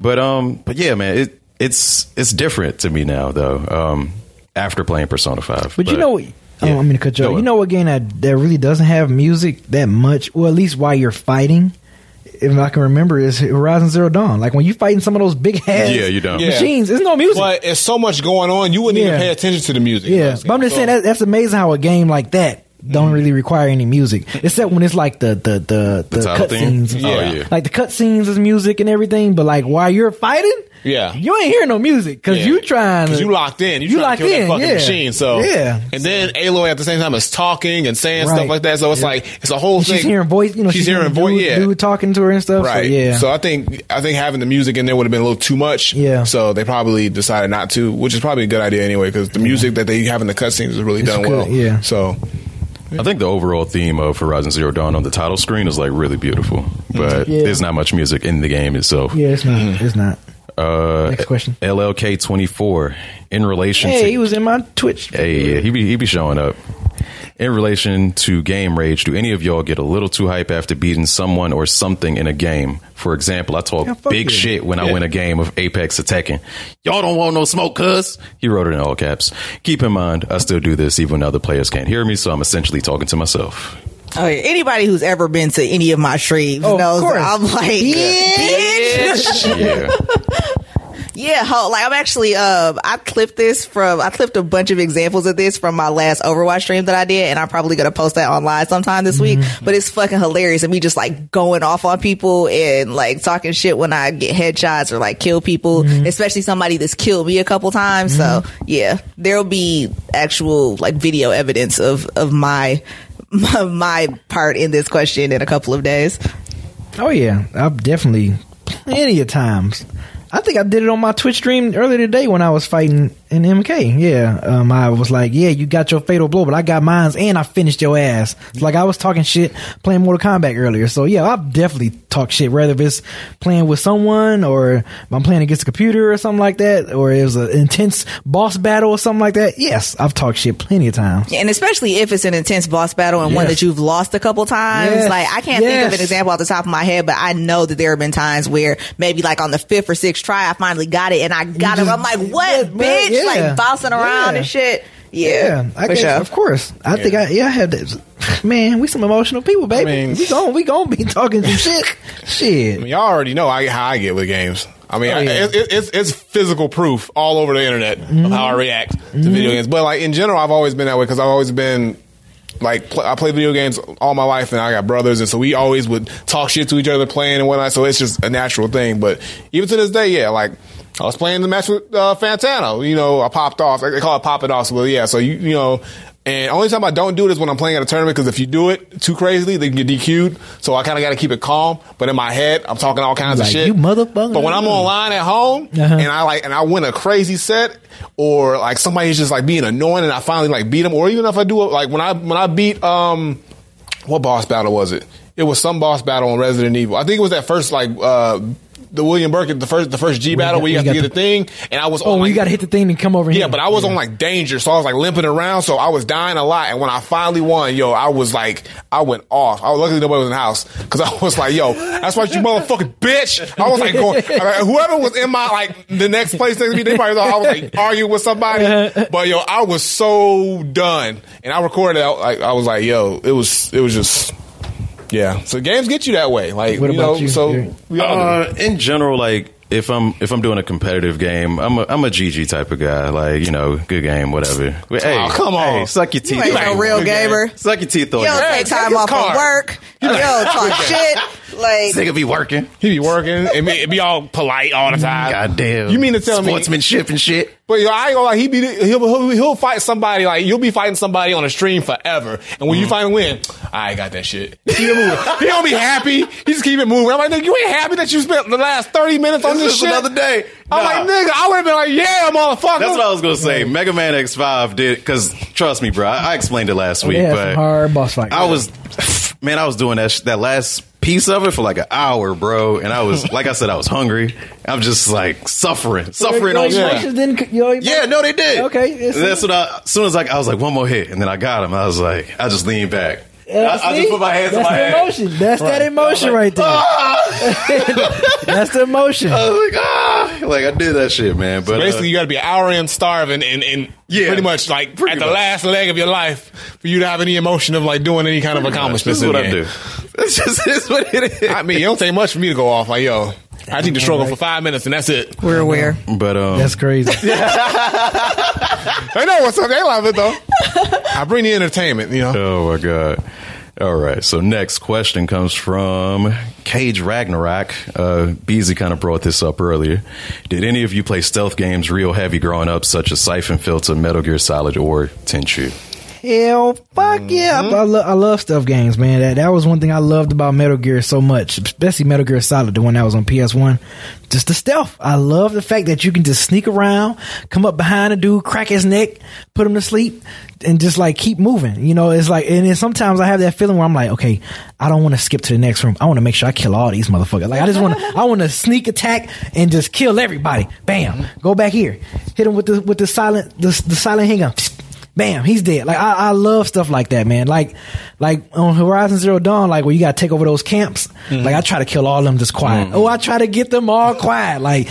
But um, but yeah, man, it it's it's different to me now though. Um, after playing Persona Five,
But, you know what? I don't mean to cut you.
Go
off. You
ahead.
know what game that that really doesn't have music that much, or at least while you're fighting, if I can remember, is Horizon Zero Dawn. Like when you fighting some of those big heads,
Yeah, you don't. Yeah.
machines. There's no music.
But it's so much going on, you wouldn't
Yeah.
even pay attention to the music. You know
yeah,
what
but I'm just
So-
saying that, that's amazing how a game like that
Mm-hmm.
don't really require any music except when it's like the the the, the,
title theme?
cutscenes. and
Oh,
stuff.
yeah.
Like the cutscenes is music and everything, but like while you're fighting,
Yeah.
you ain't hearing no music because
Yeah.
you trying to
Because you locked in. You,
You
trying to
locked
kill
in,
that fucking
yeah.
machine. So
Yeah.
And then Aloy at the same time is talking and saying
Right.
stuff like that. So it's like it's a whole thing.
she's hearing voice. You know,
she's, hearing
dude,
voice. Yeah.
dude talking to her and stuff.
Right.
So, yeah.
So I think I think having the music in there would have been a little too much.
Yeah.
So they probably decided not to, which is probably a good idea anyway, because the music that they have in the cutscenes is really done
good,
well.
yeah.
So
I think the overall theme of Horizon Zero Dawn on the title screen is like really beautiful, but
Yeah.
there's not much music in the game itself.
yeah, it's not. It's not.
Uh,
Next question.
LLK twenty four in relation. to,
Hey, he was in my Twitch.
Hey, yeah, he be he be showing up. In relation to game rage, do any of y'all get a little too hype after beating someone or something in a game? For example, I talk
Yeah, fuck
big
yeah.
shit when I win a game of Apex attacking. Y'all don't want no smoke, cuz. He wrote it in all caps. Keep in mind, I still do this even when other players can't hear me, so I'm essentially talking to myself.
Oh, yeah. Anybody who's ever been to any of my streams
Oh, of
knows that
course.
I'm like, bitch.
Yeah.
Yeah, ho, like I'm actually, uh, I clipped this from, I clipped a bunch of examples of this from my last Overwatch stream that I did, and I'm probably gonna post that online sometime this week. But it's fucking hilarious, and me just like going off on people and like talking shit when I get headshots or like kill people, especially somebody that's killed me a couple times. So yeah, there'll be actual like video evidence of of my. My, my part in this question in a couple of days.
Oh yeah, I've definitely plenty of times. I think I did it on my Twitch stream earlier today when I was fighting in MK. Yeah, um, I was like, "Yeah, you got your fatal blow, but I got mines, and I finished your ass." It's like I was talking shit playing Mortal Kombat earlier. So yeah, I've definitely talked shit, whether if it's playing with someone or if I'm playing against a computer or something like that, or it was an intense boss battle or something like that. Yes, I've talked shit plenty of times.
And especially if it's an intense boss battle and one
Yes.
that you've lost a couple times.
Yes.
Like I can't think of
Yes.
an example off the top of my head, but I know that there have been times where maybe like on the fifth or sixth try, I finally got it and I got
just-
it. I'm like,
Yeah,
what,
man,
bitch?
yeah.
Like bouncing around
Yeah.
and shit. Yeah,
Yeah, I
for
guess,
sure.
of course. I think I yeah I had that. Man, we some emotional people, baby.
mean-
we gon' we gon' be talking some shit.
I
shit.
mean, y'all already know I, how I get with games. I mean,
Oh,
I-
yeah.
it, it, it's it's physical proof all over the internet of how I
Mm-hmm.
react to video games. But like in general, I've always been that way because I've always been like pl- I play video games all my life, and I got brothers, and so we always would talk shit to each other playing and whatnot. So it's just a natural thing. But even to this day, yeah, like. I was playing the match with uh, Fantano. You know, I popped off. They call it popping off. Well, yeah. So you, you know, and only time I don't do it is when I'm playing at a tournament because if you do it too crazily, they can get DQ'd. So I kind of got to keep it calm. But in my head, I'm talking all kinds of
Like,
shit.
you motherfucker.
But when I'm online at home
Uh-huh.
and I like and I win a crazy set or like somebody's just like being annoying and I finally like beat them, or even if I do it like when I when I beat um what boss battle was it? It was some boss battle on Resident Evil. I think it was that first like uh the William Burkett, the first the first G battle
got-
where you
we
have to
got
get
the-
a thing, and I was
Oh,
on,
you
like,
got to hit the thing and come over
yeah,
here.
but I was on like danger, so I was like limping around, so I was dying a lot. And when I finally won, yo, I was like, I went off. I was luckily nobody was in the house because I was like, yo, that's why you motherfucking bitch. I was like, going, like, whoever was in my like the next place next to me, they probably thought I was like arguing with somebody. But yo, I was so done, and I recorded. I, like, I was like, yo, it was it was just. Yeah, so games get you that way. Like
What
you
about
know,
you, Jerry?
so we all do.
Uh, in general, like if I'm if I'm doing a competitive game, I'm a I'm a GG type of guy. Like you know, good game, whatever. But, hey,
Oh, come on.
hey, suck your teeth.
You ain't
Like,
no real
okay.
gamer.
Suck your teeth on
You don't
that.
take
take
time
his
off from
card.
work. You don't talk shit.
This
Like
Nigga be working.
he be working and be, be all polite all the time.
Goddamn.
You mean to tell me-
sportsmanship and shit?
But yo, I ain't gonna lie, he be he'll, he'll he'll fight somebody like you'll be fighting somebody on a stream forever, and
Mm-hmm.
when you finally win, I got that shit. Keep it moving. he don't be happy. He just keep it moving. I'm like, nigga, you ain't happy that you spent the last thirty minutes on
This
this
is
shit.
another day.
I'm
Nah.
like, nigga, I would have been like, yeah, motherfucker.
That's what I was gonna say. Mega Man X Five did because trust me, bro. I, I explained it last week,
had
but
some hard boss fights.
I was, man, I was doing that sh- that last piece of it for like an hour, bro. And I was, like I said, I was hungry. I'm just like suffering, suffering on
Yeah.
stream.
Congratulations, didn't you know,
Yeah, no, they did.
Okay,
And that's what I. As soon as like I was like one more hit, and then I got him. I was like, I just leaned back.
Yeah,
I, I
uh, see?
just put my hands
That's
on my
the
head. ah!
emotion. That's that emotion right there. That's the emotion.
I was like, ah, like I did that shit, man. But uh,
Basically, you got to be an hour in starving and, and
Yeah.
pretty much like
Pretty
at the
much.
last leg of your life for you to have any emotion of like doing any kind of
uh, this
accomplishments.
is what
in the
I do.
game.
That's just this is what it is.
I mean, it don't take much for me to go off like, yo, I need to struggle for five minutes and that's it.
We're aware.
But um,
That's crazy.
They know what's up. They love it though. I bring the entertainment, you know.
Oh my god. All right. So next question comes from Cage Ragnarok. Uh, Beezy kind of brought this up earlier. Did any of you play stealth games real heavy growing up, such as Siphon Filter, Metal Gear Solid, or Tenchu?
Hell, fuck yeah! I, I, lo- I love stealth games, man. That that was one thing I loved about Metal Gear so much, especially Metal Gear Solid, the one that was on PS One. Just the stealth. I love the fact that you can just sneak around, come up behind a dude, crack his neck, put him to sleep, and just like keep moving. You know, it's like, and then sometimes I have that feeling where I'm like, okay, I don't want to skip to the next room. I want to make sure I kill all these motherfuckers. Like I just want to, I want to sneak attack and just kill everybody. Bam, go back here, hit him with the with the silent the, the silent hang up bam, he's dead. Like I, I love stuff like that, man. Like like on Horizon Zero Dawn, like where you gotta take over those camps. Like I try to kill all of them just quiet. Oh, I try to get them all quiet. Like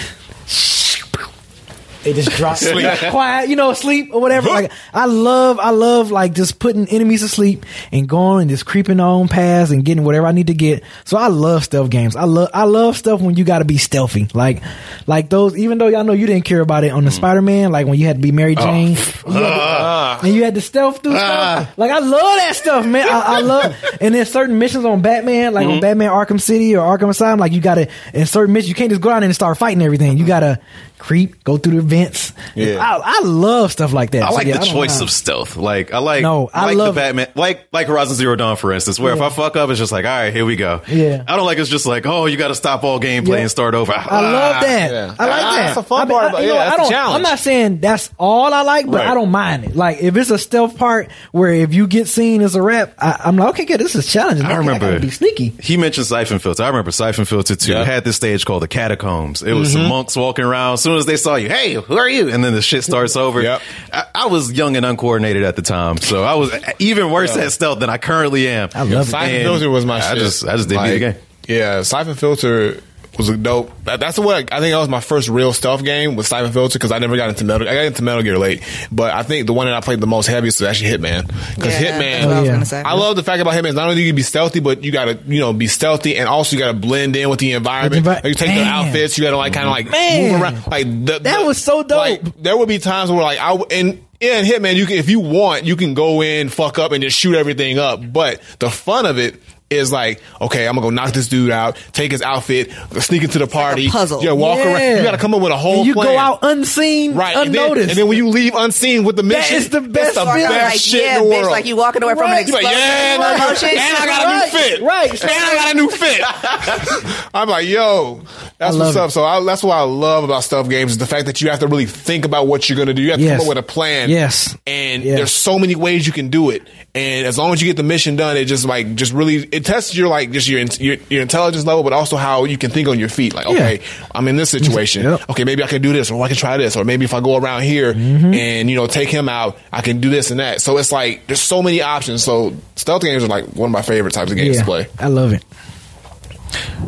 it just drops
Sleep.
quiet, you know, sleep or whatever. Like I love, I love like just putting enemies to sleep and going and just creeping on past and getting whatever I need to get. So I love stealth games. I love, I love stuff when you got to be stealthy. Like, like those. Even though y'all know you didn't care about it on the Spider Man, like when you had to be Mary Jane, you had to- and you had to stealth through stuff. Like I love that stuff, man. I, I love. And then certain missions on Batman, like on Batman Arkham City or Arkham Asylum, like you gotta in certain missions, you can't just go out and start fighting everything. You gotta creep, go through the vents.
Yeah.
I, I love stuff like that.
I
So,
like
yeah,
the
don't
choice
mind.
of stealth. Like I like,
No, I
like
love it.
the Batman, like like Horizon Zero Dawn, for instance. Where if I fuck up, it's just like, all right, here we go.
Yeah.
I don't like it's just like, oh, you got to stop all gameplay
Yeah.
and start over.
I love that.
yeah.
I like
Ah,
that.
that's the fun
I mean,
part
I-
about-
you
yeah,
know,
that's
I
the
don't,
challenge.
I'm not saying that's all I like, but
Right.
I don't mind it. Like if it's a stealth part where if you get seen as a rep, I, I'm like, okay, good. This is challenging.
I
Okay,
remember.
gotta be sneaky.
He mentioned Siphon Filter. I remember Siphon Filter too.
Yeah.
Had this stage called the Catacombs. It was
Mm-hmm.
some monks walking around. As soon as they saw you, hey, who are you? And then the shit starts over.
Yep.
I, I was young and uncoordinated at the time, so I was even worse at stealth than I currently am.
I love it.
Siphon
And
Filter was my
I
shit.
just- I just didn't beat the game.
Yeah, Siphon Filter was a dope. that- that's the way I think that was my first real stealth game with Siphon Filter because I never got into Metal. I got into Metal Gear late, but I think the one that I played the most heaviest was actually Hitman because
Yeah, that's
Hitman.
what I
Oh,
was
yeah.
gonna say.
I love the fact about Hitman is not only you can be stealthy, but you gotta you know be stealthy and also you gotta blend in with the environment.
With the envi-
Like, you take their
Man.
outfits, you gotta like kind of like
Man.
move around. Like the,
That
the-
was so dope.
Like there would be times where like I w- and. In Hitman, you can if you want, you can go in, fuck up, and just shoot everything up. But the fun of it is like, okay, I'm gonna go knock this dude out, take his outfit, sneak into the
like a
party,
puzzle.
Yeah, walk around.
Yeah.
You gotta come up with a whole.
And you
plan.
go out unseen,
right, and then,
unnoticed.
and then when you leave unseen with the mission,
is the
it's
best
the
Or
feeling.
best
like,
shit
yeah,
in the
bitch,
world.
like you walking away from an
Right.
He's like,
explosion.
yeah,
Slow
nigga.
motion.
and I got a
Right,
new fit.
right.
And I got a new fit. I'm like, yo, that's
I
what's
love
up.
it.
So I, that's what I love about stealth games is the fact that you have to really think about what you're going to do. You have to
Yes.
come up with a plan.
Yes.
And
Yes.
there's so many ways you can do it. And as long as you get the mission done, it just like, just really, it tests your like, just your, in- your, your intelligence level, but also how you can think on your feet. Like, okay, I'm in this situation.
Yep.
Okay, maybe I can do this or I can try this. Or maybe if I go around here and, you know, take him out, I can do this and that. So it's like, there's so many options. So stealth games are like one of my favorite types of games
yeah,
to play.
I love it.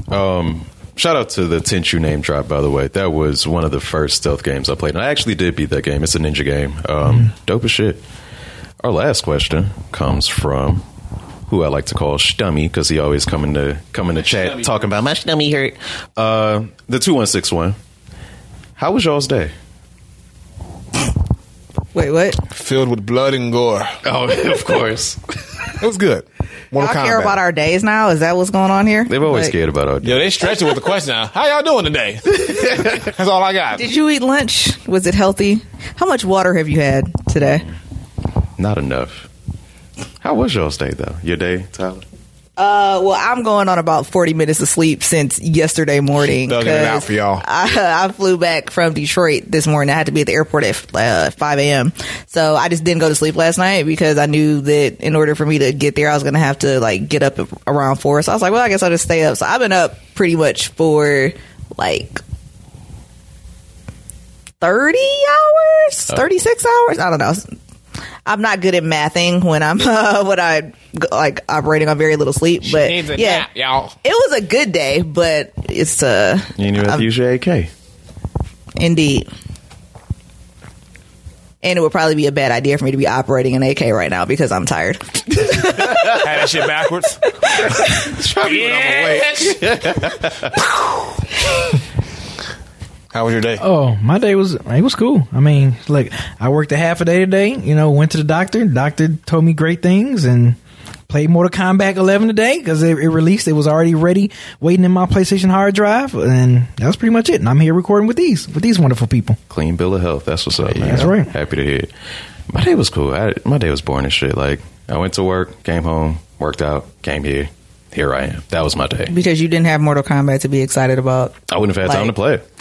Um, shout out to the Tenchu name drop, by the way. That was one of the first stealth games I played, and I actually did beat that game. It's a ninja game. Um, dope as shit. Our last question comes from who I like to call Stummy because he always come in the come in the chat talking about my stummy hurt. Uh, the two one six one. How was y'all's day?
Wait, what?
Filled with blood and gore.
Oh, of course.
It was good.
Y'all care about our days now? Is that what's going on here?
They've always
Like,
cared about our day.
Yo, they stretch it with the question now. How y'all doing today? That's all I got.
Did you eat lunch? Was it healthy? How much water have you had today?
Not enough. How was y'all's day though? Your day, Tyler?
Uh, well, I'm going on about 40 minutes of sleep since yesterday morning.
Thugging it
'cause
out for y'all.
I, I flew back from Detroit this morning. I had to be at the airport at uh, 5 a.m. So I just didn't go to sleep last night because I knew that in order for me to get there, I was going to have to like get up around four. So I was like, well, I guess I'll just stay up. So I've been up pretty much for like 30 hours, 36 hours. I don't know. I'm not good at mathing when I'm uh, when I like operating on very little sleep, but yeah,
y'all.
it was a good day, but it's uh
You knew at the UJK.
indeed. and it would probably be a bad idea for me to be operating an AK right now because I'm tired.
Had that shit backwards. How was your day?
Oh, my day was it was cool. I mean, look, I worked a half a day today. You know, went to the doctor. Doctor told me great things and played Mortal Kombat 11 today because it, it released. It was already ready, waiting in my PlayStation hard drive, and that was pretty much it. And I'm here recording with these with these wonderful people.
Clean bill of health. That's what's up. Man.
That's right.
Happy to hear. it. My day was cool. I, my day was boring as shit. Like I went to work, came home, worked out, came here. Here I am. That was my day.
Because you didn't have Mortal Kombat to be excited about.
I wouldn't have had time
Like-
to play. it.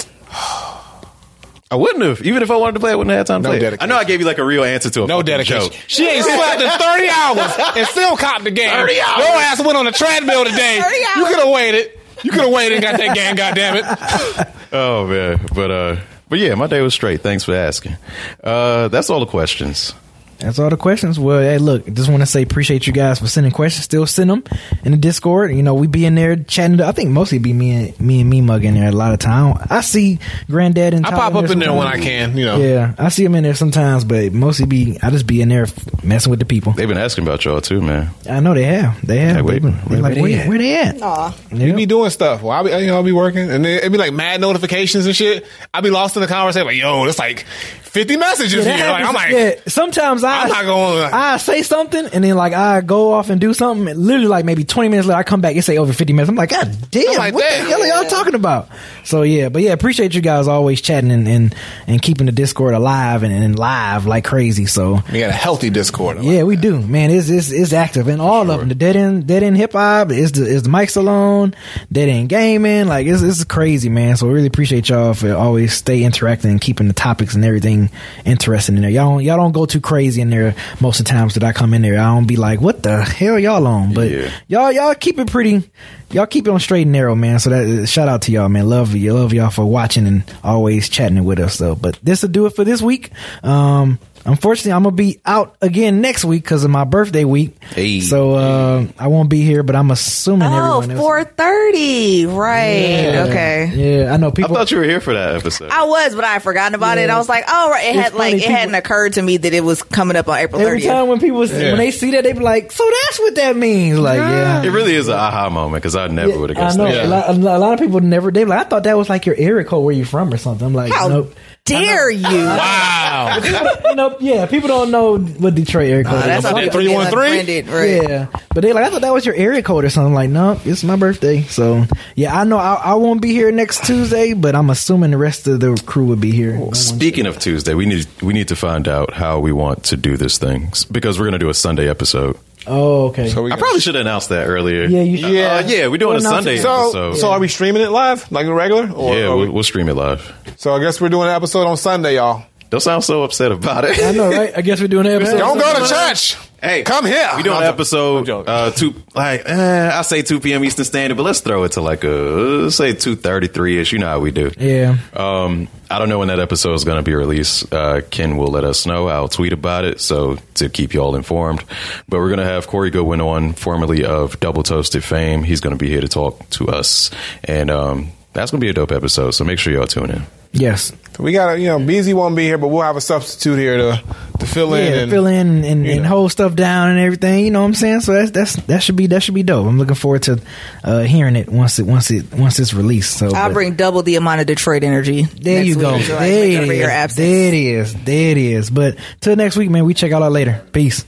I wouldn't have. Even if I wanted to play, I wouldn't have had time to
No
play. it. I
dedication.
know I gave you like a real answer to a
No
fucking
dedication.
joke.
She ain't slept in 30 hours and still caught the game.
30 hours.
Your ass went on a treadmill today.
30
You
hours.
could have waited. You could have waited and got that game, goddammit.
Oh man, but uh, but yeah, my day was straight. Thanks for asking. Uh, that's all the questions.
That's all the questions. Well, hey, look, just want to say appreciate you guys for sending questions. Still send them in the Discord. You know, we be in there chatting. I think mostly be me and me and me mug in there a lot of time. I see Granddad and
I
Tyler
pop up in there when I
sometimes.
can, you know.
Yeah, I see him in there sometimes, but mostly be I just be in there f- messing with the people.
They've been asking about y'all too, man.
I know they have, they have.
Hey, wait,
They've been- they're
where-
like,
where they at?
where, where they at?
You be doing stuff. Well, I'll be, you know, I'll be working, and then it'd be like mad notifications and shit. I'd be lost in the conversation. Like, yo, it's like 50 messages
Yeah, that
here. Like, I'm
happens.
like,
Yeah, sometimes I,
I'm not going, like-
I say something and then like I go off and do something. And literally, like maybe twenty minutes later, I come back and say over fifty minutes. I'm like, God damn,
I'm like,
what
damn.
the hell are y'all talking about? So yeah, but yeah, appreciate you guys always chatting and and, and keeping the Discord alive and, and live like crazy. So
we got a healthy Discord. I'm like,
Yeah, we do, man. It's it's, it's active and all of them. The dead end, dead end hip hop is the is the mic salon, dead end gaming. Like it's it's crazy, man. So we really appreciate y'all for always stay interacting and keeping the topics and everything interesting in there. Y'all don't, y'all don't go too crazy in there most of the times that I come in there. I don't be like, what the hell y'all on? But
Yeah.
y'all y'all keep it pretty. Y'all keep it on straight and narrow, man. So that shout out to y'all, man. Love you, love y'all for watching and always chatting with us, though. But this will do it for this week. Um, unfortunately, I'm gonna be out again next week because of my birthday week.
Hey.
So uh, I won't be here, but I'm assuming
Oh,
everyone. else-
430. Right. Okay.
Yeah, I know
I
people.
thought you were here for that episode.
I was, but I had forgotten about it. And I was like, oh, right. it
It's
had like
funny,
it
people-
hadn't occurred to me that it was coming up on April
Every
30th.
time when people
Yeah.
when they see that, they be like, "So that's what that means." Like, yeah,
it really is an aha moment because I never would have
I
guessed
know
that.
Yeah.
a, lot, a lot- a lot of people never. They be like, I thought that was like your area code, where you from, or something. I'm like,
How
nope.
dare you?
Wow.
you know, yeah, people don't know what Detroit area code
Oh,
is.
that's
Is
how
it
people get
313?
unfriended, right.
Yeah, but they like I thought that was your area code or something. Like, no, it's my birthday, so yeah, I know I, I won't be here next Tuesday, but I'm assuming the rest of the crew will be here.
Oh,
Speaking of Tuesday, we need we need to find out how we want to do this thing s- because we're gonna do a Sunday episode.
Oh, okay.
So we
I
got-
probably should have announced that earlier.
Yeah, you should.
Uh, yeah, we're
We'll
doing a
announce
Sunday
it.
so,
episode.
so are we streaming it live like a regular? Or
yeah,
are we-
we'll, we'll stream it live.
so I guess we're doing an episode on Sunday, y'all.
Don't sound so upset about it.
I know, right? I guess we're doing an episode.
Don't go to church.
Hey,
come here.
We doing an
I'm- I'm
episode
joking.
uh, two like uh, I say two p.m. Eastern Standard, but let's throw it to like a uh, say two thirty three ish. You know how we do.
Yeah.
Um, I don't know when that episode is going to be released. Uh, Ken will let us know. I'll tweet about it so to keep you all informed. But we're going to have Corey Goodwin on, formerly of Double Toasted fame. He's going to be here to talk to us, and um, that's going to be a dope episode. So make sure y'all tune in.
Yes.
We got, you know, BZ won't be here, but we'll have a substitute here to, to fill in.
Yeah,
and-
fill in and, and,
you know.
hold stuff down and everything. You know what I'm saying? So that's that's that should be that should be dope. I'm looking forward to uh, hearing it once it once it once it's released. So
I'll
but-
bring double the amount of Detroit energy.
There
next
you go.
week, so I can
there,
make up
it
for your
is.
absence.
there it is. There it is. But till next week, man. We check y'all out later. Peace.